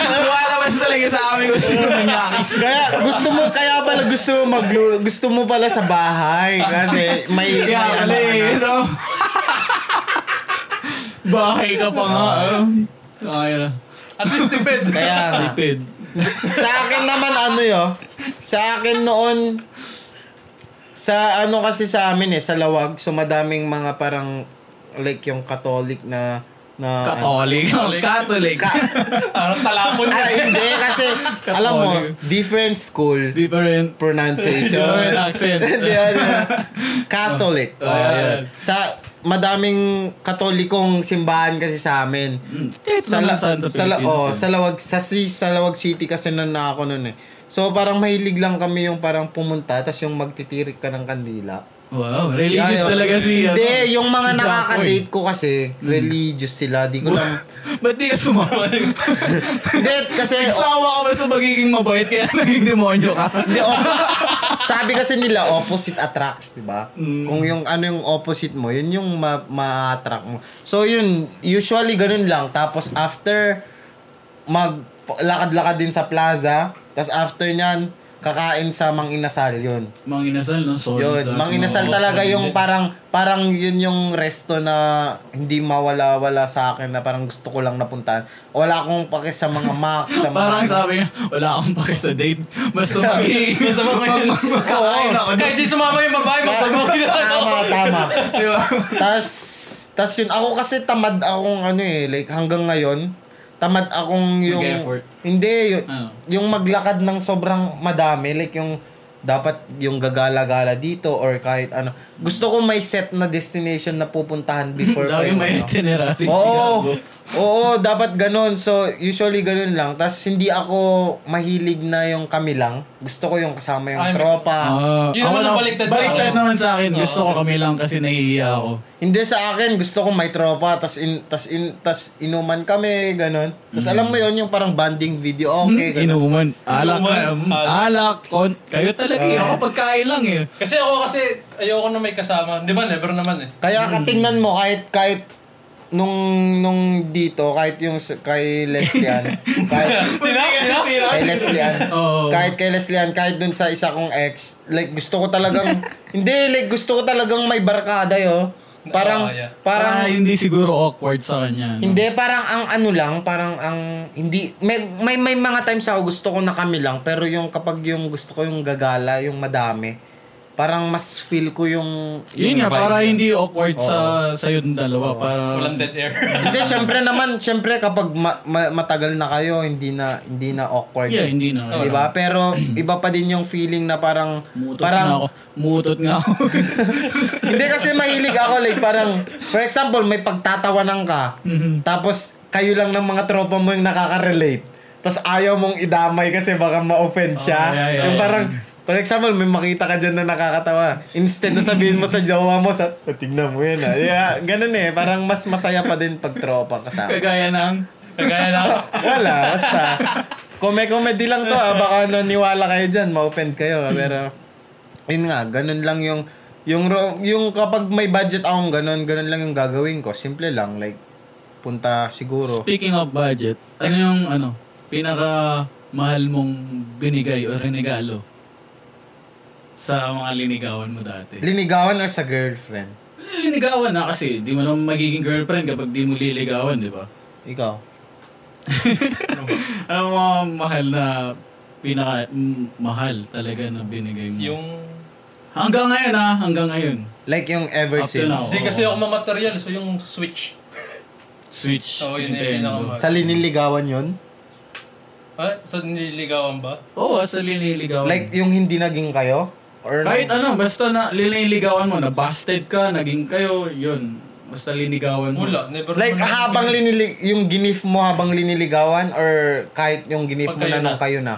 Speaker 3: Lumalabas talaga sa amin kung sino nanyakis.
Speaker 1: Kaya gusto mo kaya pala gusto mo maglu gusto mo pala sa bahay kasi may
Speaker 3: Kaya
Speaker 1: may
Speaker 3: pala
Speaker 1: ano-
Speaker 3: eh, no? Bahay ka pa nga, ah. Kaya na.
Speaker 2: At least tipid.
Speaker 1: Kaya
Speaker 3: Ah.
Speaker 1: nga.
Speaker 3: Tipid.
Speaker 1: sa akin naman ano 'yo. Sa akin noon sa ano kasi sa amin eh sa Lawag so madaming mga parang like yung Catholic na na ano.
Speaker 3: Catholic. Catholic.
Speaker 2: Parang talapon ka.
Speaker 1: Ah, hindi kasi alam mo different school
Speaker 3: Different.
Speaker 1: pronunciation.
Speaker 3: Different accent.
Speaker 1: Di ba, di ba? ano Catholic.
Speaker 3: Oh, ayan.
Speaker 1: Sa madaming katolikong simbahan kasi sa amin.
Speaker 3: Kahit
Speaker 1: Sa, la,
Speaker 3: naman Santa
Speaker 1: sa, la, oh,
Speaker 3: Philippines, eh.
Speaker 1: sa Lawag, sa, si, sa Lawag City kasi nan na ako noon eh. So parang mahilig lang kami yung parang pumunta tapos yung magtitirik ka ng kandila.
Speaker 3: Wow,
Speaker 1: Ayun.
Speaker 3: religious talaga si... ano,
Speaker 1: Hindi, yung mga
Speaker 3: si Jackoy. Hmm.
Speaker 1: nakaka-date ko kasi religious sila. Di ko lang...
Speaker 3: Ba't di ka sumama?
Speaker 1: Hindi, kasi...
Speaker 3: Sawa ka ba sa magiging mabait kaya naging demonyo ka?
Speaker 1: Hindi, oh. op- sabi kasi nila, opposite attracts, di ba? Kung yung ano yung opposite mo, yun yung ma- ma-attract mo. So yun, usually ganun lang. Tapos after, mag lakad-lakad din sa plaza. Tapos after nyan, kakain sa Mang Inasal yun.
Speaker 3: Mang inasal, no? Sorry.
Speaker 1: Yun,
Speaker 3: dahil
Speaker 1: Mang Inasal
Speaker 3: mga-
Speaker 1: talaga yung parang parang yun yung resto na hindi mawala-wala sa akin na parang gusto ko lang napuntahan. Wala akong pake sa mga mac, sa mga
Speaker 3: Parang
Speaker 1: ano.
Speaker 3: sabi niya, wala akong pake sa date. Basta magiging...
Speaker 2: Basta magiging-
Speaker 3: Kakain ako.
Speaker 2: Kahit di sumama yung babae, magpabukin na lang ako.
Speaker 1: Tama, tama.
Speaker 3: Di ba?
Speaker 1: tas, tas yun, ako kasi tamad akong ano eh, like hanggang ngayon, tamad akong yung...
Speaker 3: Mag-effort.
Speaker 1: Hindi, yun,
Speaker 3: Ano?
Speaker 1: yung maglakad ng sobrang madami, like yung dapat yung gagala-gala dito or kahit ano. Gusto ko may set na destination na pupuntahan before. ko
Speaker 3: Lagi
Speaker 1: yun,
Speaker 3: may
Speaker 1: ano.
Speaker 3: itinerary.
Speaker 1: Oo. Oo, dapat ganun. So, usually ganun lang. Tapos hindi ako mahilig na yung kami lang. Gusto ko yung kasama yung
Speaker 2: Ay, may-
Speaker 1: tropa.
Speaker 3: Ah,
Speaker 2: Yun naman
Speaker 3: ako
Speaker 2: ang
Speaker 3: na-
Speaker 2: baliktad sa
Speaker 3: baliktad
Speaker 2: akin.
Speaker 3: naman sa akin. Gusto ko kami lang kasi nahihiya ako.
Speaker 1: Hindi sa akin, gusto kong may tropa, tas in tas in tas inuman kami, ganun. Tas alam mo 'yon yung parang banding video, okay, ganun.
Speaker 3: Mm-hmm. Hmm? Inuman. Alak.
Speaker 2: Inuman.
Speaker 3: Alak. alak kon- kayo talaga. eh. ako pagkain lang eh.
Speaker 2: Kasi ako kasi, ayoko na may kasama. Di ba, never naman eh.
Speaker 1: Kaya katingnan mo kahit kahit nung nung dito kahit yung s- kay Leslian, kahit
Speaker 2: Sina? Sina?
Speaker 3: eh,
Speaker 1: kay Leslian.
Speaker 3: Oo.
Speaker 1: Kahit kay Leslian, kahit dun sa isa kong ex, like gusto ko talagang hindi like gusto ko talagang may barkada 'yo. Parang
Speaker 2: Ah, yeah.
Speaker 1: parang
Speaker 3: Para hindi siguro awkward sa kanya. no?
Speaker 1: Hindi, parang ang ano lang, parang ang hindi may may, may mga times ako gusto ko na kami lang, pero yung kapag yung gusto ko yung gagala, yung madami, parang mas feel ko yung
Speaker 3: Yun nga, para hindi awkward sa sa yung dalawa. Para...
Speaker 2: Walang dead air.
Speaker 1: Hindi, syempre naman, syempre kapag ma- ma- matagal na kayo, hindi na hindi na awkward.
Speaker 3: Yeah, hindi na. Diba?
Speaker 1: 'Di ba? Pero iba pa din yung feeling na parang
Speaker 3: Mutot
Speaker 1: parang
Speaker 3: na ako. Mutot nga ako.
Speaker 1: Hindi kasi mahilig ako like parang for example may pagtatawanan ka
Speaker 3: Mm-hmm.
Speaker 1: tapos kayo lang ng mga tropa mo yung nakaka-relate. Tapos ayaw mong idamay kasi baka ma-offend siya.
Speaker 3: Oh, yeah, yeah,
Speaker 1: yung
Speaker 3: yeah.
Speaker 1: parang For example, may makita ka dyan na nakakatawa. Instead na sabihin mo sa jowa mo, sa, "Oh, tignan mo yan ah. Yeah, ganun eh. Parang mas masaya pa din pag tropa ka sa
Speaker 3: Kagaya ng...
Speaker 2: Kagaya lang.
Speaker 1: Wala, basta. Kome-comedy lang to ah. Baka naniwala kayo dyan, ma-offend kayo. ah. Pero, yun nga, ganun lang yung, yung, ro- yung kapag may budget akong ganun, ganun lang yung gagawin ko. Simple lang, like, punta siguro.
Speaker 3: Speaking of budget, ano yung ano, pinaka mahal mong binigay o regalo sa mga linigawan mo dati?
Speaker 1: Linigawan or sa girlfriend?
Speaker 3: Linigawan na kasi, di mo naman magiging girlfriend kapag di mo liligawan, di ba?
Speaker 1: Ikaw?
Speaker 3: Ano yung mga mahal na pinaka mm, mahal talaga na binigay mo?
Speaker 2: Yung...
Speaker 3: Hanggang ngayon ha, hanggang ngayon. oh.
Speaker 1: Like yung ever
Speaker 3: Up
Speaker 1: since.
Speaker 3: to now.
Speaker 2: Hindi kasi ako mamaterial, so yung switch.
Speaker 3: Switch,
Speaker 2: Oo, yun na yung
Speaker 3: Nintendo.
Speaker 2: pinakamahal.
Speaker 1: Sa liniligawan yun?
Speaker 2: Ha? Sa nililigawan ba?
Speaker 3: Oo, sa liniligawan.
Speaker 1: Like yung hindi naging kayo? Or
Speaker 3: Kahit ano, basta na liniligawan mo, na busted ka, naging kayo, yun. Basta linigawan mo.
Speaker 2: Wala, never
Speaker 1: Like
Speaker 2: naman.
Speaker 1: habang linilig yung ginif mo habang liniligawan or kahit yung ginif
Speaker 2: Pag
Speaker 1: mo
Speaker 2: kayo
Speaker 1: na
Speaker 2: na.
Speaker 1: nung kayo na.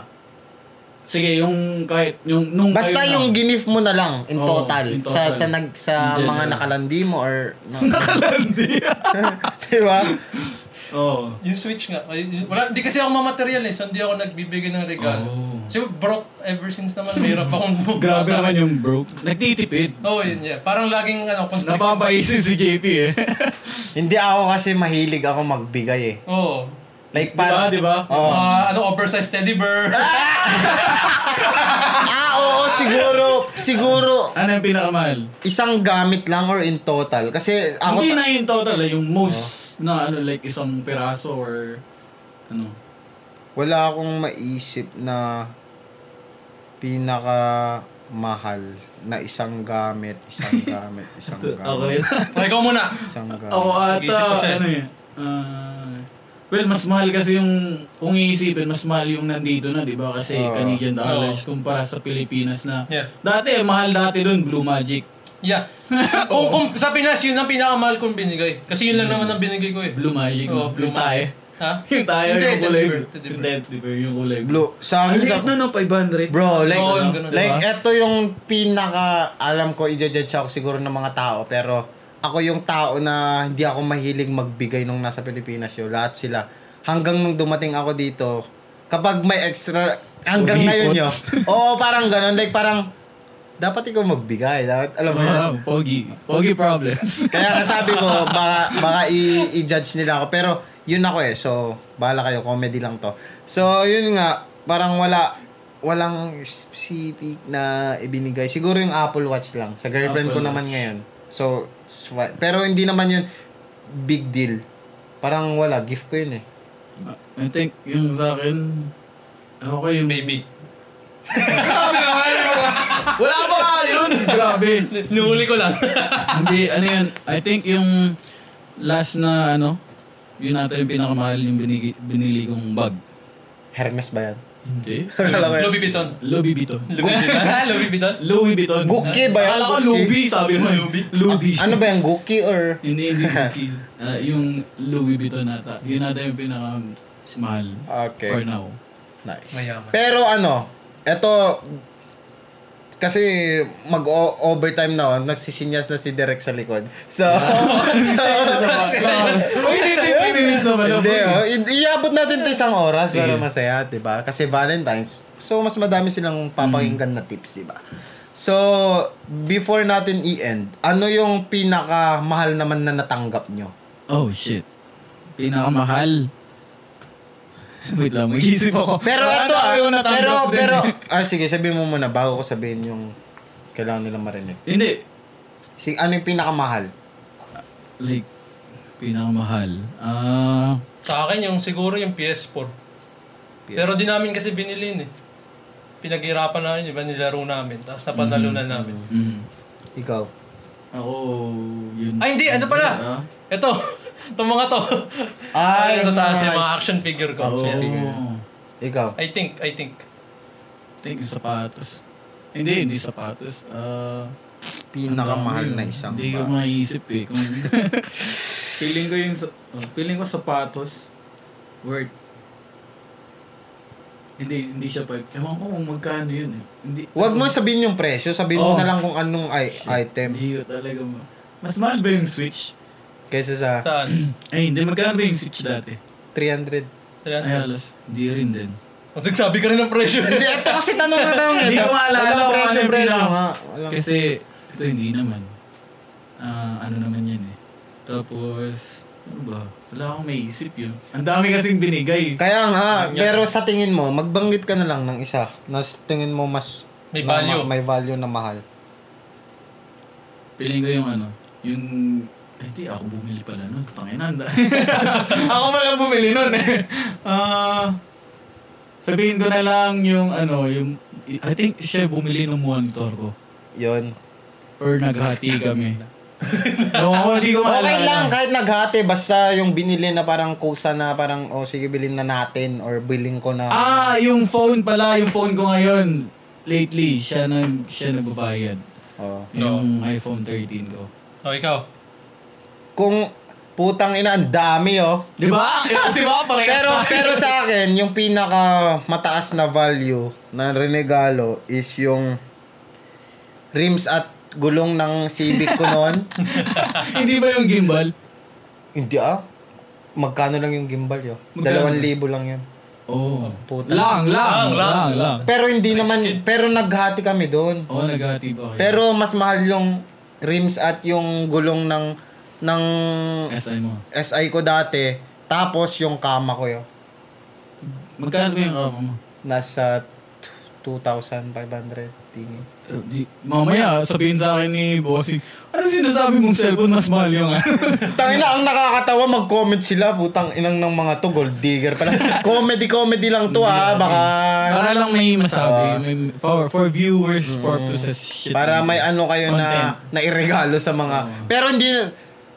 Speaker 3: Sige, yung kahit yung nung
Speaker 1: Basta
Speaker 3: kayo na-
Speaker 1: yung ginif mo na lang in
Speaker 3: Oo,
Speaker 1: total,
Speaker 3: in
Speaker 1: sa
Speaker 3: total.
Speaker 1: sa nag sa
Speaker 3: In
Speaker 1: mga
Speaker 3: general.
Speaker 1: nakalandi mo or Diba? nakalandi. Di ba?
Speaker 3: Oo.
Speaker 2: Yung switch nga. Ay, yun- Wala, hindi kasi ako mamaterial eh, so hindi ako nagbibigay ng regalo.
Speaker 3: Oh.
Speaker 2: So broke ever since naman, mahirap akong bubata.
Speaker 3: Grabe naman yung broke. Nagtitipid.
Speaker 2: Oo, oh, yun, yeah. Parang laging, ano, constrict.
Speaker 3: Napapaisip si JP eh.
Speaker 1: Hindi ako kasi mahilig ako magbigay eh.
Speaker 2: Oo.
Speaker 1: Like oh.
Speaker 3: Di ba,
Speaker 1: para
Speaker 3: di ba?
Speaker 1: Oo.
Speaker 2: Mga, ano, oversized teddy bear.
Speaker 1: Ah, oo, siguro, siguro
Speaker 3: Ano yung pinakamahal?
Speaker 1: isang gamit lang or in total kasi ako
Speaker 3: Hindi na yung total, eh, yung most na ano, like isang piraso or ano.
Speaker 1: wala akong maisip na pinaka mahal na isang gamit, isang gamit, isang
Speaker 3: Ako
Speaker 1: gamit,
Speaker 3: yun.
Speaker 2: Okay, ikaw muna.
Speaker 1: isang
Speaker 3: Ako
Speaker 1: gamit.
Speaker 3: ata,
Speaker 2: Nag-iisip ko siya eh.
Speaker 3: ano yun. ah, well, mas mahal kasi yung, kung iisipin, mas mahal yung nandito na, di ba? Kasi
Speaker 1: Oo.
Speaker 3: Canadian dollars
Speaker 2: Oo.
Speaker 3: kumpara sa Pilipinas na.
Speaker 2: Yeah.
Speaker 3: Dati, eh, mahal dati dun, Blue Magic.
Speaker 2: Yeah. kung, kung, sa Pinas, yun ang pinakamahal kong binigay. Kasi yun lang naman ang binigay ko eh.
Speaker 3: Blue magic.
Speaker 2: Oo,
Speaker 3: no?
Speaker 2: Blue
Speaker 3: Yung tae.
Speaker 2: Ha?
Speaker 3: Yung tae,
Speaker 2: Hindi,
Speaker 3: yung
Speaker 2: Teddy
Speaker 3: kulay.
Speaker 2: Bear, Teddy
Speaker 3: Yung
Speaker 2: Bear.
Speaker 3: Teddy Bear, yung kulay.
Speaker 1: Blue. Sa
Speaker 4: Ang
Speaker 1: akin,
Speaker 4: liit
Speaker 1: sa,
Speaker 4: na no, 500.
Speaker 1: Bro, like,
Speaker 2: Oo, yung
Speaker 3: Ano,
Speaker 2: ganun,
Speaker 1: like,
Speaker 2: diba?
Speaker 1: eto yung pinaka, alam ko, i-judge ako siguro ng mga tao, pero ako yung tao na hindi ako mahilig magbigay nung nasa Pilipinas yun. Lahat sila. Hanggang nung dumating ako dito, kapag may extra, hanggang
Speaker 3: Umiipot.
Speaker 1: ngayon yun. Oo, parang ganun. Like, parang, dapat ikaw magbigay. Dapat, alam mo yun.
Speaker 3: Wow, pogi. Pogi problems.
Speaker 1: Kaya kasabi ko, baka, baka i- i-judge nila ako. Pero, yun ako eh. So, bahala kayo. Comedy lang to. So, yun nga. Parang wala, walang specific na ibinigay. Siguro yung Apple Watch lang. Sa girlfriend ko
Speaker 3: Apple
Speaker 1: naman ngayon. So, swa- pero hindi naman yun big deal. Parang wala. Gift ko yun eh.
Speaker 3: I think yung sa akin, ako yung...
Speaker 2: Baby.
Speaker 3: Wala pa nga yun! Grabe.
Speaker 2: Nuhuli ko lang.
Speaker 3: Hindi, ano yun, I think yung last na ano, yun ata yung pinakamahal yung binigi, binili kong bag.
Speaker 1: Hermes ba yan?
Speaker 3: Hindi.
Speaker 1: Akala ko yun.
Speaker 2: Louis Vuitton.
Speaker 3: Louis Vuitton.
Speaker 2: Louis Vuitton. Louis Vuitton.
Speaker 3: Louis Vuitton.
Speaker 1: Gucci ba yan?
Speaker 3: Akala ko
Speaker 1: Gucci?
Speaker 3: Louis, sabi mo. Louis. Louis.
Speaker 1: Ano ba yan? Gucci or...
Speaker 3: Yun yung Gucci. Ah, yung Louis Vuitton nata. Yun nata yung pinakamahal
Speaker 1: Okay.
Speaker 3: for now.
Speaker 1: Nice.
Speaker 2: Mayaman.
Speaker 1: Pero ano, eto, kasi mag-overtime na, oh, nagsisinyas na si Derek sa likod. So, so
Speaker 3: Uy, hindi, hindi, hindi, minutes naman.
Speaker 1: hindi, oh, i- iabot natin ito isang oras para masaya, di ba? Kasi Valentine's, so mas madami silang papakinggan
Speaker 3: Mm.
Speaker 1: na tips, di ba? So, before natin i-end, ano yung pinakamahal naman na natanggap nyo?
Speaker 3: Oh, shit. Pinakamahal. Wait lang, mag-isip ako.
Speaker 1: Pero
Speaker 3: Wala
Speaker 1: ito,
Speaker 3: na
Speaker 1: ah,
Speaker 3: ako yung natanggap
Speaker 1: pero,
Speaker 3: din
Speaker 1: pero,
Speaker 3: eh.
Speaker 1: ah, sige, sabihin mo muna bago ko sabihin yung kailangan nila marinig.
Speaker 3: Hindi.
Speaker 1: Si, ano yung pinakamahal?
Speaker 3: Like, pinakamahal. Ah,
Speaker 2: Sa akin, yung siguro yung PS4. Pero di namin kasi binili yun eh. Pinaghirapan namin, iba nilaro namin. Tapos napanalunan namin.
Speaker 3: mm,
Speaker 1: Ikaw.
Speaker 3: ako, yun.
Speaker 2: Ay, hindi. Ano pala?
Speaker 3: Ah,
Speaker 2: Ito. Itong mga to.
Speaker 1: Ay,
Speaker 2: Ay, sa taas
Speaker 1: nice.
Speaker 2: yung mga action figure ko.
Speaker 3: Oo.
Speaker 1: Ikaw.
Speaker 2: I think, I think.
Speaker 3: Think yung sapatos. Hindi, hindi sapatos. Ah,
Speaker 1: Pinakamahal na isang
Speaker 3: Ano Hindi ko
Speaker 1: ba?
Speaker 3: maiisip eh. Kung... feeling ko yung... sa- oh, feeling ko sapatos. Worth. Hindi, hindi siya pa. Ewan ko kung magkano yun eh. Hindi.
Speaker 1: Huwag mo sabihin yung presyo. Sabihin mo
Speaker 3: Oh.
Speaker 1: na lang kung anong i-
Speaker 3: Shit,
Speaker 1: item.
Speaker 3: Hindi ko talaga ma... Mas mahal ba yung Switch?
Speaker 1: Kaysa sa
Speaker 2: Saan?
Speaker 3: Ay, hindi. Magkano ba yung Switch dati?
Speaker 1: 300.
Speaker 3: Ay,
Speaker 2: Ayan.
Speaker 3: halos. Hindi rin din.
Speaker 2: Nagsabi ka rin ng presyo.
Speaker 1: Hindi, ito kasi tanong na tanong. eh.
Speaker 3: Hindi ko maalala
Speaker 1: Walang
Speaker 3: kung ano
Speaker 1: presyo,
Speaker 3: yung
Speaker 1: presyo.
Speaker 3: pinaka-
Speaker 1: nga. Walang-
Speaker 3: Kasi, ito hindi naman. Ah, ano naman yan eh. Tapos, ano ba? Wala akong maiisip yun. Ang dami kasing binigay.
Speaker 1: Kaya nga,
Speaker 2: Yan.
Speaker 1: pero sa tingin mo, magbanggit ka na lang ng isa na sa tingin mo mas
Speaker 2: May
Speaker 1: na-
Speaker 2: value.
Speaker 1: may value na mahal.
Speaker 3: Piling ko yung ano, yung... Ay, di, ako bumili pala nun. Tanginan da. ako pala bumili nun eh. Ah... sabihin ko na lang yung ano, yung... I think siya bumili ng monitor ko.
Speaker 1: Yun.
Speaker 3: Or naghati kami. no, ako hindi ko maalala.
Speaker 1: Okay lang, kahit naghati, basta yung binili na parang kusa na parang, oh sige, bilhin na natin or bilhin ko na.
Speaker 3: Ah, yung phone pala, yung phone ko ngayon. Lately, siya nag siya nagbabayad.
Speaker 1: Oh.
Speaker 2: No.
Speaker 3: Yung iPhone 13 ko.
Speaker 2: O, Oh, ikaw.
Speaker 1: Kung putang ina, ang dami oh.
Speaker 3: Di ba? Di ba? Parehas
Speaker 1: pero
Speaker 3: tayo.
Speaker 1: pero sa akin, yung pinaka mataas na value na regalo is yung rims at gulong ng Civic ko noon.
Speaker 3: hindi ba yung gimbal?
Speaker 1: Hindi ah. Magkano lang yung gimbal yo?
Speaker 3: Magkano?
Speaker 1: Dalawang libo lang yun.
Speaker 3: Oh.
Speaker 1: Puta.
Speaker 2: Lang,
Speaker 3: Lang, lang,
Speaker 2: lang.
Speaker 3: lang, lang.
Speaker 1: Pero hindi naman, pero naghati kami doon.
Speaker 3: Oo, oh, naghati ba kayo?
Speaker 1: Pero mas mahal yung rims at yung gulong ng ng
Speaker 3: SI mo.
Speaker 1: SI ko dati. Tapos yung kama ko yo.
Speaker 3: Magkano ba yung kama mo?
Speaker 1: Nasa 2,500 tingin.
Speaker 3: Eh, Di, mamaya, sabihin sa akin ni Bossing, ano sinasabi mong cellphone mas mahal yung ano?
Speaker 1: Tangina, ang nakakatawa, mag-comment sila, putang inang ng mga to, gold digger pala. Comedy-comedy lang to ah, baka...
Speaker 3: Para lang may masabi, may, for, for viewers purposes shit.
Speaker 1: Para may ano kayo na,
Speaker 3: Content.
Speaker 1: na iregalo sa mga... Pero hindi...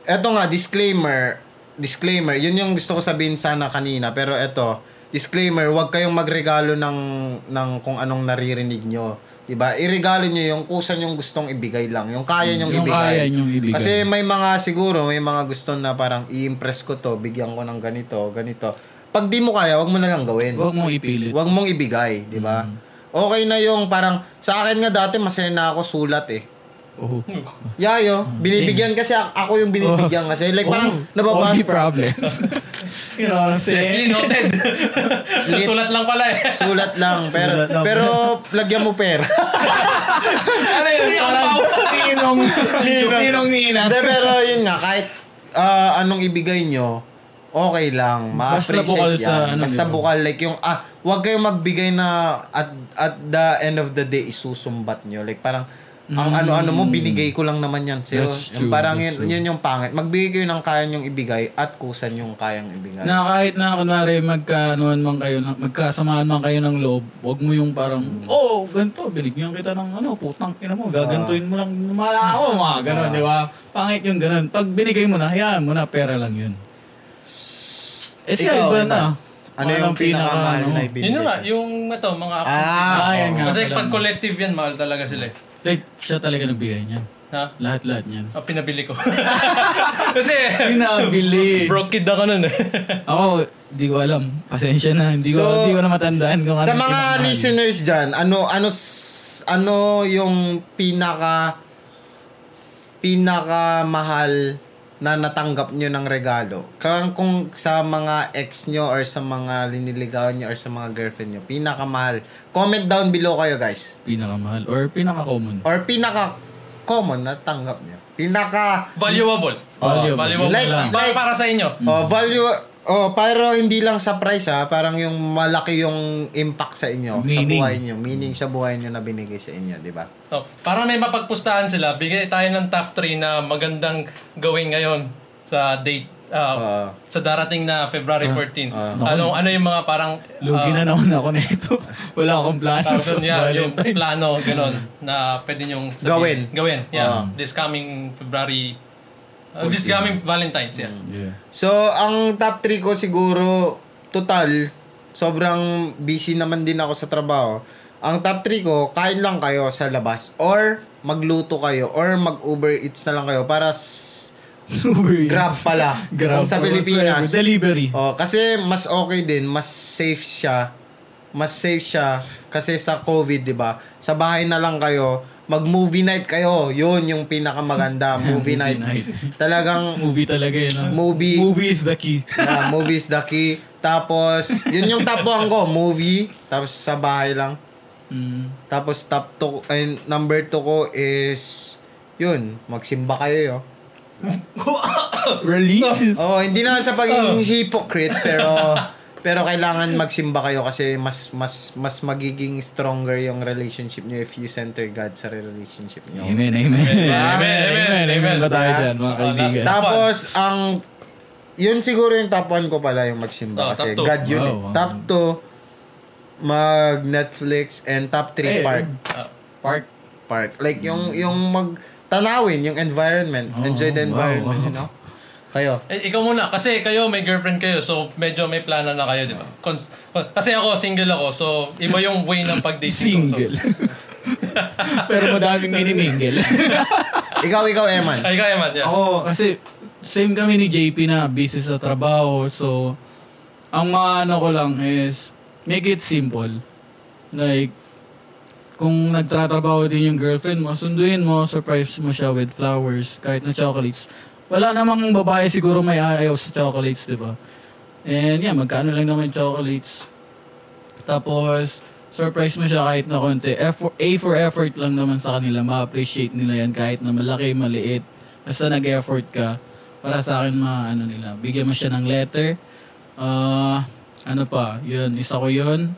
Speaker 1: Eto nga, disclaimer. Disclaimer, yun yung gusto ko sabihin sana kanina. Pero eto, disclaimer, huwag kayong magregalo ng, ng kung anong naririnig nyo. Diba? Iregalo nyo yung kusan yung gustong ibigay lang. Yung kaya nyong
Speaker 3: Yung
Speaker 1: ibigay.
Speaker 3: kaya nyong ibigay.
Speaker 1: Kasi may mga siguro, may mga gusto na parang i-impress ko to, bigyan ko ng ganito, ganito. Pag di mo kaya, wag mo na lang gawin.
Speaker 3: Huwag mong ipilit.
Speaker 1: Huwag mong ibigay, di ba? Okay na yung parang, sa akin nga dati masaya na ako sulat eh.
Speaker 3: Oh.
Speaker 1: Yayo, binibigyan kasi a- ako yung binibigyan kasi. Like
Speaker 3: Oh.
Speaker 1: parang
Speaker 3: Only
Speaker 1: nababasa,
Speaker 3: problems. you know what I'm
Speaker 2: Leslie
Speaker 3: saying?
Speaker 2: noted. Sulat lang pala eh.
Speaker 1: sulat lang. Pero,
Speaker 3: Sulat lang.
Speaker 1: pero lagyan mo pera.
Speaker 3: ano yun? Parang ninong, ninong, ninong nina.
Speaker 1: Hindi, pero yun nga, kahit ah, anong ibigay nyo, okay lang.
Speaker 3: Basta
Speaker 1: Ma-appreciate
Speaker 3: bukal
Speaker 1: yan.
Speaker 3: sa ano,
Speaker 1: Basta
Speaker 3: di ba?
Speaker 1: bukal. Like yung, ah, huwag kayong magbigay na at, at the end of the day, isusumbat nyo. Like parang, ang ano-ano mo, binigay ko lang naman yan sa'yo.
Speaker 3: Mm. That's
Speaker 1: Yung
Speaker 3: true,
Speaker 1: parang
Speaker 3: that's
Speaker 1: yun, yun yung pangit. Magbigay kayo ng kaya nyong ibigay at kusan yung kayang ibigay.
Speaker 3: Na kahit na kunwari magkaanuan man kayo, ng- magkasamaan man kayo ng loob, huwag mo yung parang, oh, ganito, binigyan kita ng ano, putang ina mo, gagantuin mo lang, mala ako, mga ganun, di ba? Pangit yung ganun. Pag binigay mo na, hayaan mo na, pera lang yun. Eh siya,
Speaker 1: Ikaw,
Speaker 3: iba
Speaker 1: iba.
Speaker 3: na.
Speaker 1: ano yung pinakamahal na ibigay?
Speaker 2: Yun na nga, yung ito, mga action.
Speaker 1: Ah,
Speaker 3: Ah, yan nga.
Speaker 2: Kasi
Speaker 3: pala.
Speaker 2: pag collective yan, mahal talaga sila eh.
Speaker 3: Like, siya talaga nagbigay niya.
Speaker 2: Ha?
Speaker 3: Lahat-lahat niyan.
Speaker 2: Ah, pinabili ko. Kasi,
Speaker 3: Pinabili.
Speaker 2: broke kid ako nun eh.
Speaker 3: Ako, di ko alam. Pasensya na. Hindi ko,
Speaker 1: So,
Speaker 3: di ko na matandaan kung ano
Speaker 1: Sa
Speaker 3: yung
Speaker 1: mga
Speaker 3: pinamahal.
Speaker 1: listeners dyan, ano ano s- ano yung pinaka pinaka mahal na natanggap nyo ng regalo? Kung, kung sa mga ex nyo or sa mga liniligawan nyo or sa mga girlfriend nyo, pinakamahal. Comment down below kayo guys.
Speaker 3: Pinakamahal or pinaka-common.
Speaker 1: Or pinaka common na tanggap nyo. Pinaka
Speaker 2: Valuable. Oh,
Speaker 3: Valuable.
Speaker 2: valuable
Speaker 1: Like-
Speaker 2: lang. Para,
Speaker 1: like-
Speaker 2: para sa inyo.
Speaker 1: oh, value oh, pero hindi lang sa price ha, parang yung malaki yung impact sa inyo, sa
Speaker 3: Meaning.
Speaker 1: buhay nyo, meaning sa buhay nyo na binigay sa inyo, di ba?
Speaker 2: Oh, para may mapagpustahan sila, bigay tayo ng top 3 na magandang gawin ngayon sa date ah,
Speaker 1: Ah.
Speaker 2: sa darating na
Speaker 3: Ah.
Speaker 2: February 14. ano ano yung mga parang
Speaker 3: Lugi na naman ako na ito. Wala akong plano sa
Speaker 2: Carbon, Ah. yeah, yung
Speaker 3: Valentine's.
Speaker 2: plano, gano'n, na pwede niyong
Speaker 1: Gawin.
Speaker 2: Gawin, yeah. this coming February, Mm. uh, this coming Valentine's, yeah.
Speaker 3: Yeah.
Speaker 1: So, ang top 3 ko siguro, total, sobrang busy naman din ako sa trabaho. Ang top 3 ko, kain lang kayo sa labas or magluto kayo or mag-Uber Eats na lang kayo para s-
Speaker 3: Uber Eats.
Speaker 1: grab pala.
Speaker 3: Grab.
Speaker 1: Kung sa
Speaker 3: or
Speaker 1: Pilipinas.
Speaker 3: whatsoever. Delivery.
Speaker 1: Oh, kasi mas okay din, mas safe siya. Mas safe siya kasi sa COVID, 'di ba? Sa bahay na lang kayo, mag movie night kayo. 'Yun yung pinakamaganda, movie night.
Speaker 3: night.
Speaker 1: Talagang
Speaker 3: Movie talaga yun. ah.
Speaker 1: Movie.
Speaker 3: Movie is the key.
Speaker 1: yeah, movies the key. Tapos, yun yung top 1 ko, movie. Tapos sa bahay lang.
Speaker 3: Mm.
Speaker 1: Tapos top 2, and number 2 ko is, yun, magsimba kayo yo.
Speaker 3: Release.
Speaker 1: Oh, hindi naman sa pagiging hypocrite, pero pero kailangan magsimba kayo kasi mas mas mas magiging stronger yung relationship nyo if you center God sa relationship nyo.
Speaker 3: Amen, amen.
Speaker 2: Amen, Ah, amen,
Speaker 3: Amen ba tayo
Speaker 1: amen.
Speaker 3: dyan, mga kaibigan?
Speaker 2: Top
Speaker 1: Tapos, ang... Yun siguro yung top 1 ko pala yung
Speaker 2: Oh,
Speaker 1: magsimba kasi
Speaker 2: top two.
Speaker 1: God yun.
Speaker 3: Wow,
Speaker 1: eh.
Speaker 3: wow.
Speaker 1: Top 2, mag-Netflix, and top 3,
Speaker 3: Eh,
Speaker 1: park.
Speaker 3: Park.
Speaker 1: Park. Like, yung, yung mag... Tanawin, yung environment. Enjoy the
Speaker 3: Oh, wow,
Speaker 1: environment,
Speaker 3: wow.
Speaker 1: you know? Kayo.
Speaker 2: Eh, ikaw muna, kasi kayo may girlfriend kayo, so medyo may plano na kayo, di ba? Cons- con- kasi ako, single ako, so iba yung way ng pag-dating. ko.
Speaker 3: Single. Pero madaming minimingle.
Speaker 1: Ikaw, ikaw, Eman.
Speaker 2: So, ay, kaya man, yeah.
Speaker 3: Ako, kasi same kami ni JP na busy sa trabaho. So, ang mga ano ko lang is, make it simple. Like, kung nagtratrabaho din yung girlfriend mo, sunduin mo, surprise mo siya with flowers, kahit na chocolates. Wala namang babae siguro may ayaw sa chocolates, di ba? And yeah, magkano lang naman yung chocolates. Tapos, surprise mo siya kahit na konti. Effort, A for effort lang naman sa kanila. Ma-appreciate nila yan kahit na malaki, maliit. Basta nag-effort ka. Para sa akin, ma, ano nila. Bigyan mo siya ng letter. Ah, ano pa? Yun, isa ko yun.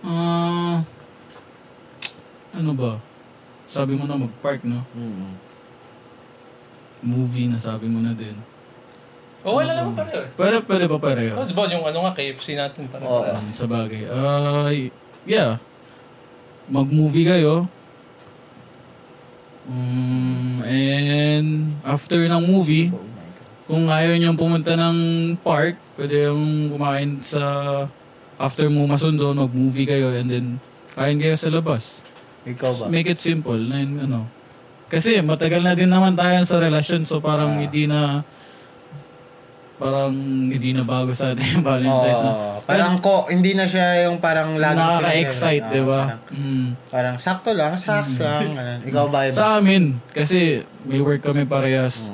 Speaker 3: Ah, ano ba? Sabi mo na mag-park, no?
Speaker 1: Mm.
Speaker 3: Movie na sabi mo na din.
Speaker 2: Oh, wala naman pareho eh.
Speaker 3: Pero pwede pa pareho.
Speaker 2: Oh, di ba, yung ano nga, KFC natin, parang.
Speaker 1: Oo.
Speaker 3: Um, sa bagay. Ah, yeah. Mag-movie kayo. Um, and after ng movie,
Speaker 1: Oh my God.
Speaker 3: kung ayaw niyong pumunta ng park, pwede yung kumain sa... After mo masundo, mag-movie kayo and then kain kayo sa labas.
Speaker 1: Ikaw ba?
Speaker 3: Make it simple. Na yun, ano. Kasi matagal na din naman tayo sa relasyon so
Speaker 1: Ah.
Speaker 3: parang hindi na parang hindi na bago sa atin yung Valentine's na.
Speaker 1: Oo. Parang ko, hindi na siya yung parang lagi
Speaker 3: Nakaka-excite, di ba?
Speaker 1: Ah, Parang,
Speaker 3: Mm.
Speaker 1: parang sakto lang, saks lang. ganun. Ikaw ba, Ivan?
Speaker 3: Sa amin, kasi may work kami parehas.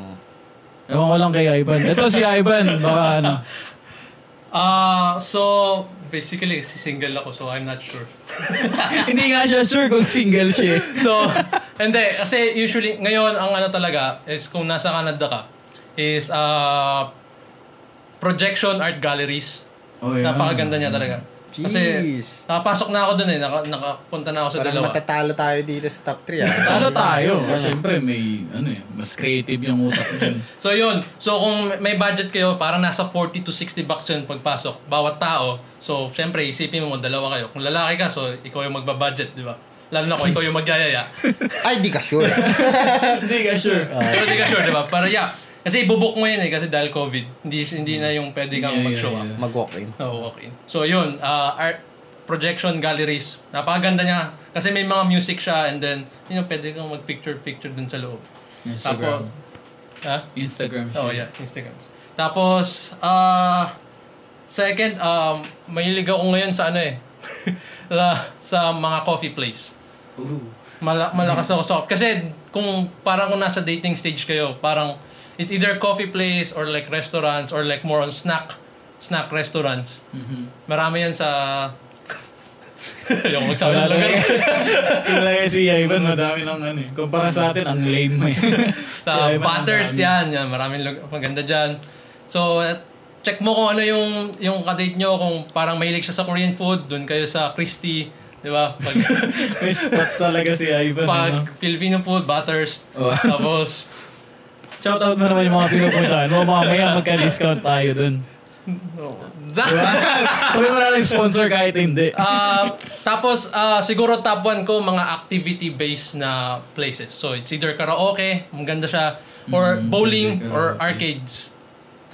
Speaker 3: Ewan ko lang kay Ivan. Ito si Ivan, baka ano.
Speaker 2: Ah, so basically si single ako so I'm not sure.
Speaker 3: Hindi nga siya sure kung single siya. eh.
Speaker 2: So, hindi kasi usually ngayon ang ano talaga is kung nasa Canada ka is ah projection art galleries.
Speaker 3: Oh, yeah.
Speaker 2: Napakaganda niya talaga. Kasi
Speaker 1: Jeez.
Speaker 2: nakapasok na ako doon eh, Naka, nakapunta na ako sa
Speaker 1: Parang
Speaker 2: dalawa.
Speaker 1: matatalo tayo dito sa top 3. Ah.
Speaker 3: Talo tayo. Siyempre, may ano eh, mas creative yung utak niyan.
Speaker 2: So yun, so kung may budget kayo, parang nasa 40 to 60 bucks yun pagpasok, bawat tao. So syempre, isipin mo, dalawa kayo. Kung lalaki ka, so ikaw yung magbabudget, di ba? Lalo na kung ikaw yung magyayaya.
Speaker 1: Ay, di ka sure.
Speaker 3: Hindi ka sure.
Speaker 2: Pero di ka sure, di ba? Pero yeah, kasi ibubok mo yun eh, kasi dahil COVID, hindi, hindi na yung pwede kang
Speaker 3: Yeah, yeah,
Speaker 2: mag-show up.
Speaker 3: yeah.
Speaker 1: Mag-walk in.
Speaker 2: Oo, okay. So yun, ah, art projection galleries. Napakaganda niya. Kasi may mga music siya and then, you know, pwede kang mag-picture-picture dun sa loob.
Speaker 3: Instagram.
Speaker 2: ha?
Speaker 3: Instagram siya.
Speaker 2: Oh yeah, Instagram. Tapos, ah second, um, mahilig ako ngayon sa ano eh, sa, sa mga coffee place. Mala-
Speaker 3: Mm-hmm.
Speaker 2: malakas ako sa Kasi kung parang kung nasa dating stage kayo, parang it's either coffee place or like restaurants or like more on snack, snack restaurants.
Speaker 3: Mm-hmm.
Speaker 2: Marami yan sa... Ayoko magsabi ng
Speaker 3: Wala
Speaker 2: lugar.
Speaker 3: talaga. Talaga si Ivan, madami ng ano eh. Kumpara sa atin, ang lame mo eh.
Speaker 2: sa
Speaker 3: Si Ivan, ang
Speaker 2: Butters
Speaker 3: dami.
Speaker 2: yan, yan maraming lug- maganda diyan. So at- check mo kung ano yung yung kadate nyo kung parang mahilig siya sa Korean food, doon kayo sa Christie, 'di ba? Pag
Speaker 3: May spot talaga si Ivan.
Speaker 2: pag
Speaker 3: Ano?
Speaker 2: Filipino food, Butters.
Speaker 3: Oh.
Speaker 2: Tapos
Speaker 3: Shoutout mo naman yung mga pinupuntahan mo. Mamaya magka-discount tayo dun.
Speaker 2: oh. Za-
Speaker 3: Sabi mo na lang sponsor kahit hindi.
Speaker 2: Ah, tapos ah, siguro top 1 ko mga activity based na places. So it's either karaoke, maganda siya, or
Speaker 3: Mm,
Speaker 2: bowling
Speaker 3: pwede
Speaker 2: or
Speaker 3: karaoke.
Speaker 2: arcades.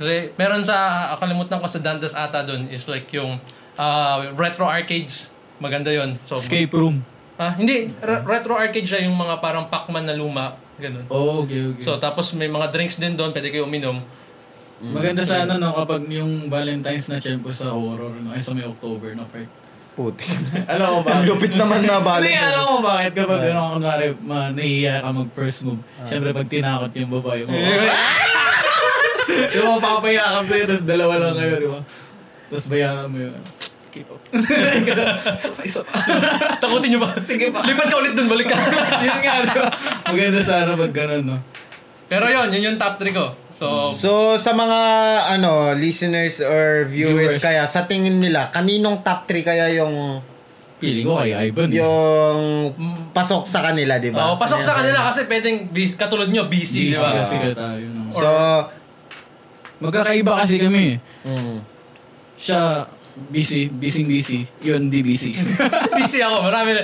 Speaker 2: Kasi meron sa ah, kalimutan ko sa Dantas ata doon is like yung ah, retro arcades. Maganda 'yon. So
Speaker 3: Escape room.
Speaker 2: ah, hindi re- retro arcade siya yung mga parang Pac-Man na luma, ganun.
Speaker 3: Oh, okay, okay.
Speaker 2: So tapos may mga drinks din doon, pwede kayo uminom.
Speaker 3: Maganda sana no kapag yung Valentine's na tiyempo sa horror no, ay sa may October no, part.
Speaker 1: Puti.
Speaker 3: Alam mo ba?
Speaker 1: Ang lupit naman na bali.
Speaker 3: Hindi, alam mo bakit kapag ano, kunwari, ma, nahihiya ka mag first move. Siyempre, pag tinakot yung babae mo. di ba, papayakap sa'yo, tapos dalawa lang kayo, di ba? Tapos bayakan mo yun. Keep up. isa pa, isa pa.
Speaker 2: Takutin niyo ba?
Speaker 3: Sige pa.
Speaker 2: Lipat ka ulit doon, balik ka.
Speaker 3: yun nga, di ba? Maganda sana pag ganun, no?
Speaker 2: Pero 'yon, yun yung top 3 ko.
Speaker 3: Mm.
Speaker 2: So
Speaker 1: So, sa mga ano listeners or viewers,
Speaker 3: Viewers.
Speaker 1: kaya, sa tingin nila, kaninong top 3 kaya yung
Speaker 3: Piling ko kay Ivan. eh.
Speaker 1: yung pasok sa kanila, di ba?
Speaker 2: Oo, pasok sa kanila kasi pwedeng bus- katulad nyo, busy, diba? di
Speaker 3: Diba? Ano Busy
Speaker 2: ba?
Speaker 3: kasi ka tayo. No?
Speaker 1: So,
Speaker 3: Magkakaiba kasi kami. eh.
Speaker 1: mm,
Speaker 3: Siya, busy, busy, busy. Yun, di busy.
Speaker 2: busy ako, marami na.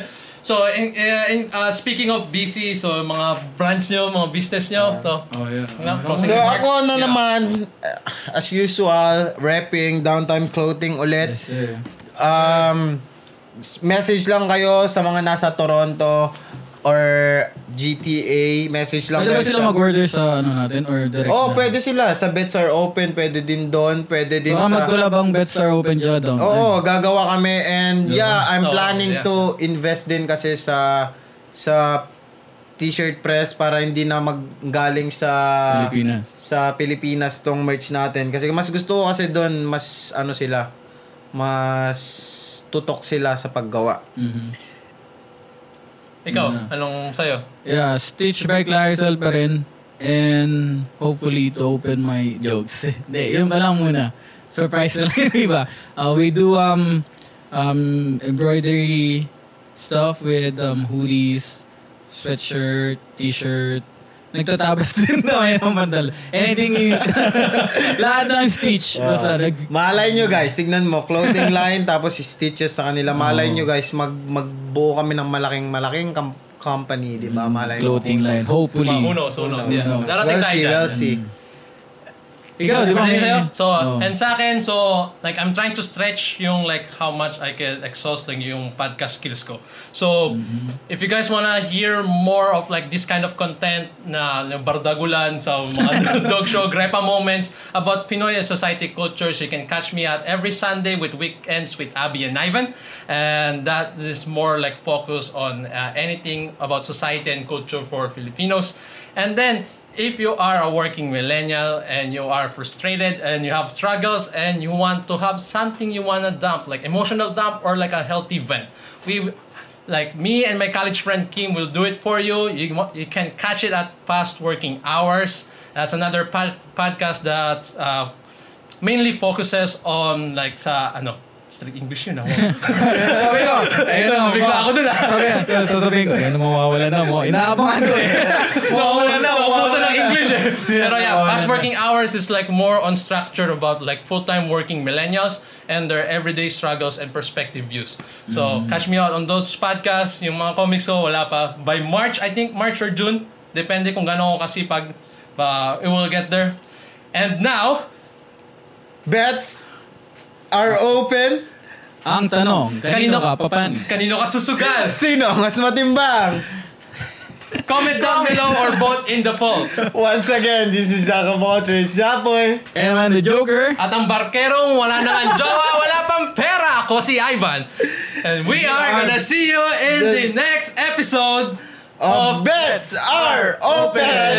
Speaker 2: So, in, eh, in- ah, speaking of busy, so mga branch nyo, mga business nyo, to.
Speaker 3: oh, yeah.
Speaker 2: Wala,
Speaker 1: so
Speaker 2: closing remarks.
Speaker 1: ako na
Speaker 2: Yeah.
Speaker 1: naman, uh, as usual, rapping, downtime clothing ulit.
Speaker 3: Yes, sir.
Speaker 1: Um, s- message lang kayo sa mga nasa Toronto or GTA. Message lang
Speaker 3: Pwede ba
Speaker 1: kayo
Speaker 3: sila
Speaker 1: sa-
Speaker 3: mag-order sa ano natin or direct
Speaker 1: Oh,
Speaker 3: na?
Speaker 1: pwede sila. Sa Bets Are Open, pwede din doon, pwede din
Speaker 3: Baka
Speaker 1: sa...
Speaker 3: magkulabang bets are open dyan down.
Speaker 1: Oo, gagawa kami and yeah, I'm
Speaker 2: Oo,
Speaker 1: planning
Speaker 2: yeah.
Speaker 1: to invest din kasi sa sa t-shirt press para hindi na maggaling sa
Speaker 3: Pilipinas.
Speaker 1: sa Pilipinas tong merch natin kasi mas gusto ko kasi doon mas ano sila mas tutok sila sa paggawa.
Speaker 3: Mhm.
Speaker 2: Ikaw,
Speaker 3: Yeah.
Speaker 2: anong sa'yo?
Speaker 3: Yeah, Stitch by Claricel pa rin. And hopefully to open my jokes. Hindi, yun pa lang muna. Surprise na lang yung iba. Uh, we do um, um, embroidery stuff with um, hoodies, sweatshirt, t-shirt. Nagtatabas din na may mandal. Anything you... lahat ng Stitch. Basta nag,
Speaker 1: Malay nyo guys, tignan mo, clothing line tapos stitches sa kanila. Malay nyo guys, mag magbuo kami ng malaking malaking kam- company, di ba? Malay mo.
Speaker 3: clothing Mm, line. Hopefully.
Speaker 2: Mga unos, unos.
Speaker 3: Unos.
Speaker 2: Yeah. Darating
Speaker 1: We'll
Speaker 2: tayo
Speaker 1: see,
Speaker 2: dyan.
Speaker 1: we'll see.
Speaker 3: Ikaw, di ba?
Speaker 2: Pwede
Speaker 3: may- Oh.
Speaker 2: sa'yo? So,
Speaker 3: Oo.
Speaker 2: and sa akin, so, like, I'm trying to stretch yung, like, how much I can exhaust like, yung podcast skills ko. So,
Speaker 3: Mm-hmm.
Speaker 2: if you guys wanna hear more of, like, this kind of content na, na bardagulan sa mga dog show, grepa moments about Pinoy and society cultures, you can catch me at every Sunday with Weekends with Abby and Ivan. And that is more, like, focus on uh, anything about society and culture for Filipinos. And then, if you are a working millennial and you are frustrated and you have struggles and you want to have something you want to dump like emotional dump or like a healthy vent we like me and my college friend kim will do it for you you, wa- you can catch it at past working hours that's another pod- podcast that uh, mainly focuses on like sa ano street english yun ako
Speaker 3: Sabi ko, ayun na.
Speaker 2: Bigla
Speaker 3: ma-
Speaker 2: ako dun, ah.
Speaker 3: Sabi, sasabihin ko, ayun, mawawala na mo. Inaabangan ko eh. mawawala na,
Speaker 2: Nauubusan
Speaker 3: mawawala
Speaker 2: ng English eh. Pero yeah,
Speaker 3: mawawala
Speaker 2: past
Speaker 3: na.
Speaker 2: working hours is like more on structure about like full-time working millennials and their everyday struggles and perspective views. So,
Speaker 3: Mm.
Speaker 2: catch me out on those podcasts. Yung mga comics ko, wala pa. By March, I think March or June, depende kung gano'n ako kasipag, uh, it will get there. And now,
Speaker 1: Bets are open.
Speaker 3: Ang tanong, kanino ka, papan?
Speaker 2: kanino ka susugal?
Speaker 1: Sino ang mas matimbang?
Speaker 2: Comment down below or vote in the poll.
Speaker 1: Once again, this is Jacob Altrich Japoy.
Speaker 3: Am I the Joker?
Speaker 2: At ang barkerong wala na ang jowa, wala pang pera. Ako si Ivan. And we are gonna see you in the next episode
Speaker 1: Of
Speaker 2: of
Speaker 1: Bets are open.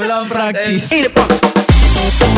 Speaker 3: Walang practice.
Speaker 4: Eat it, punk.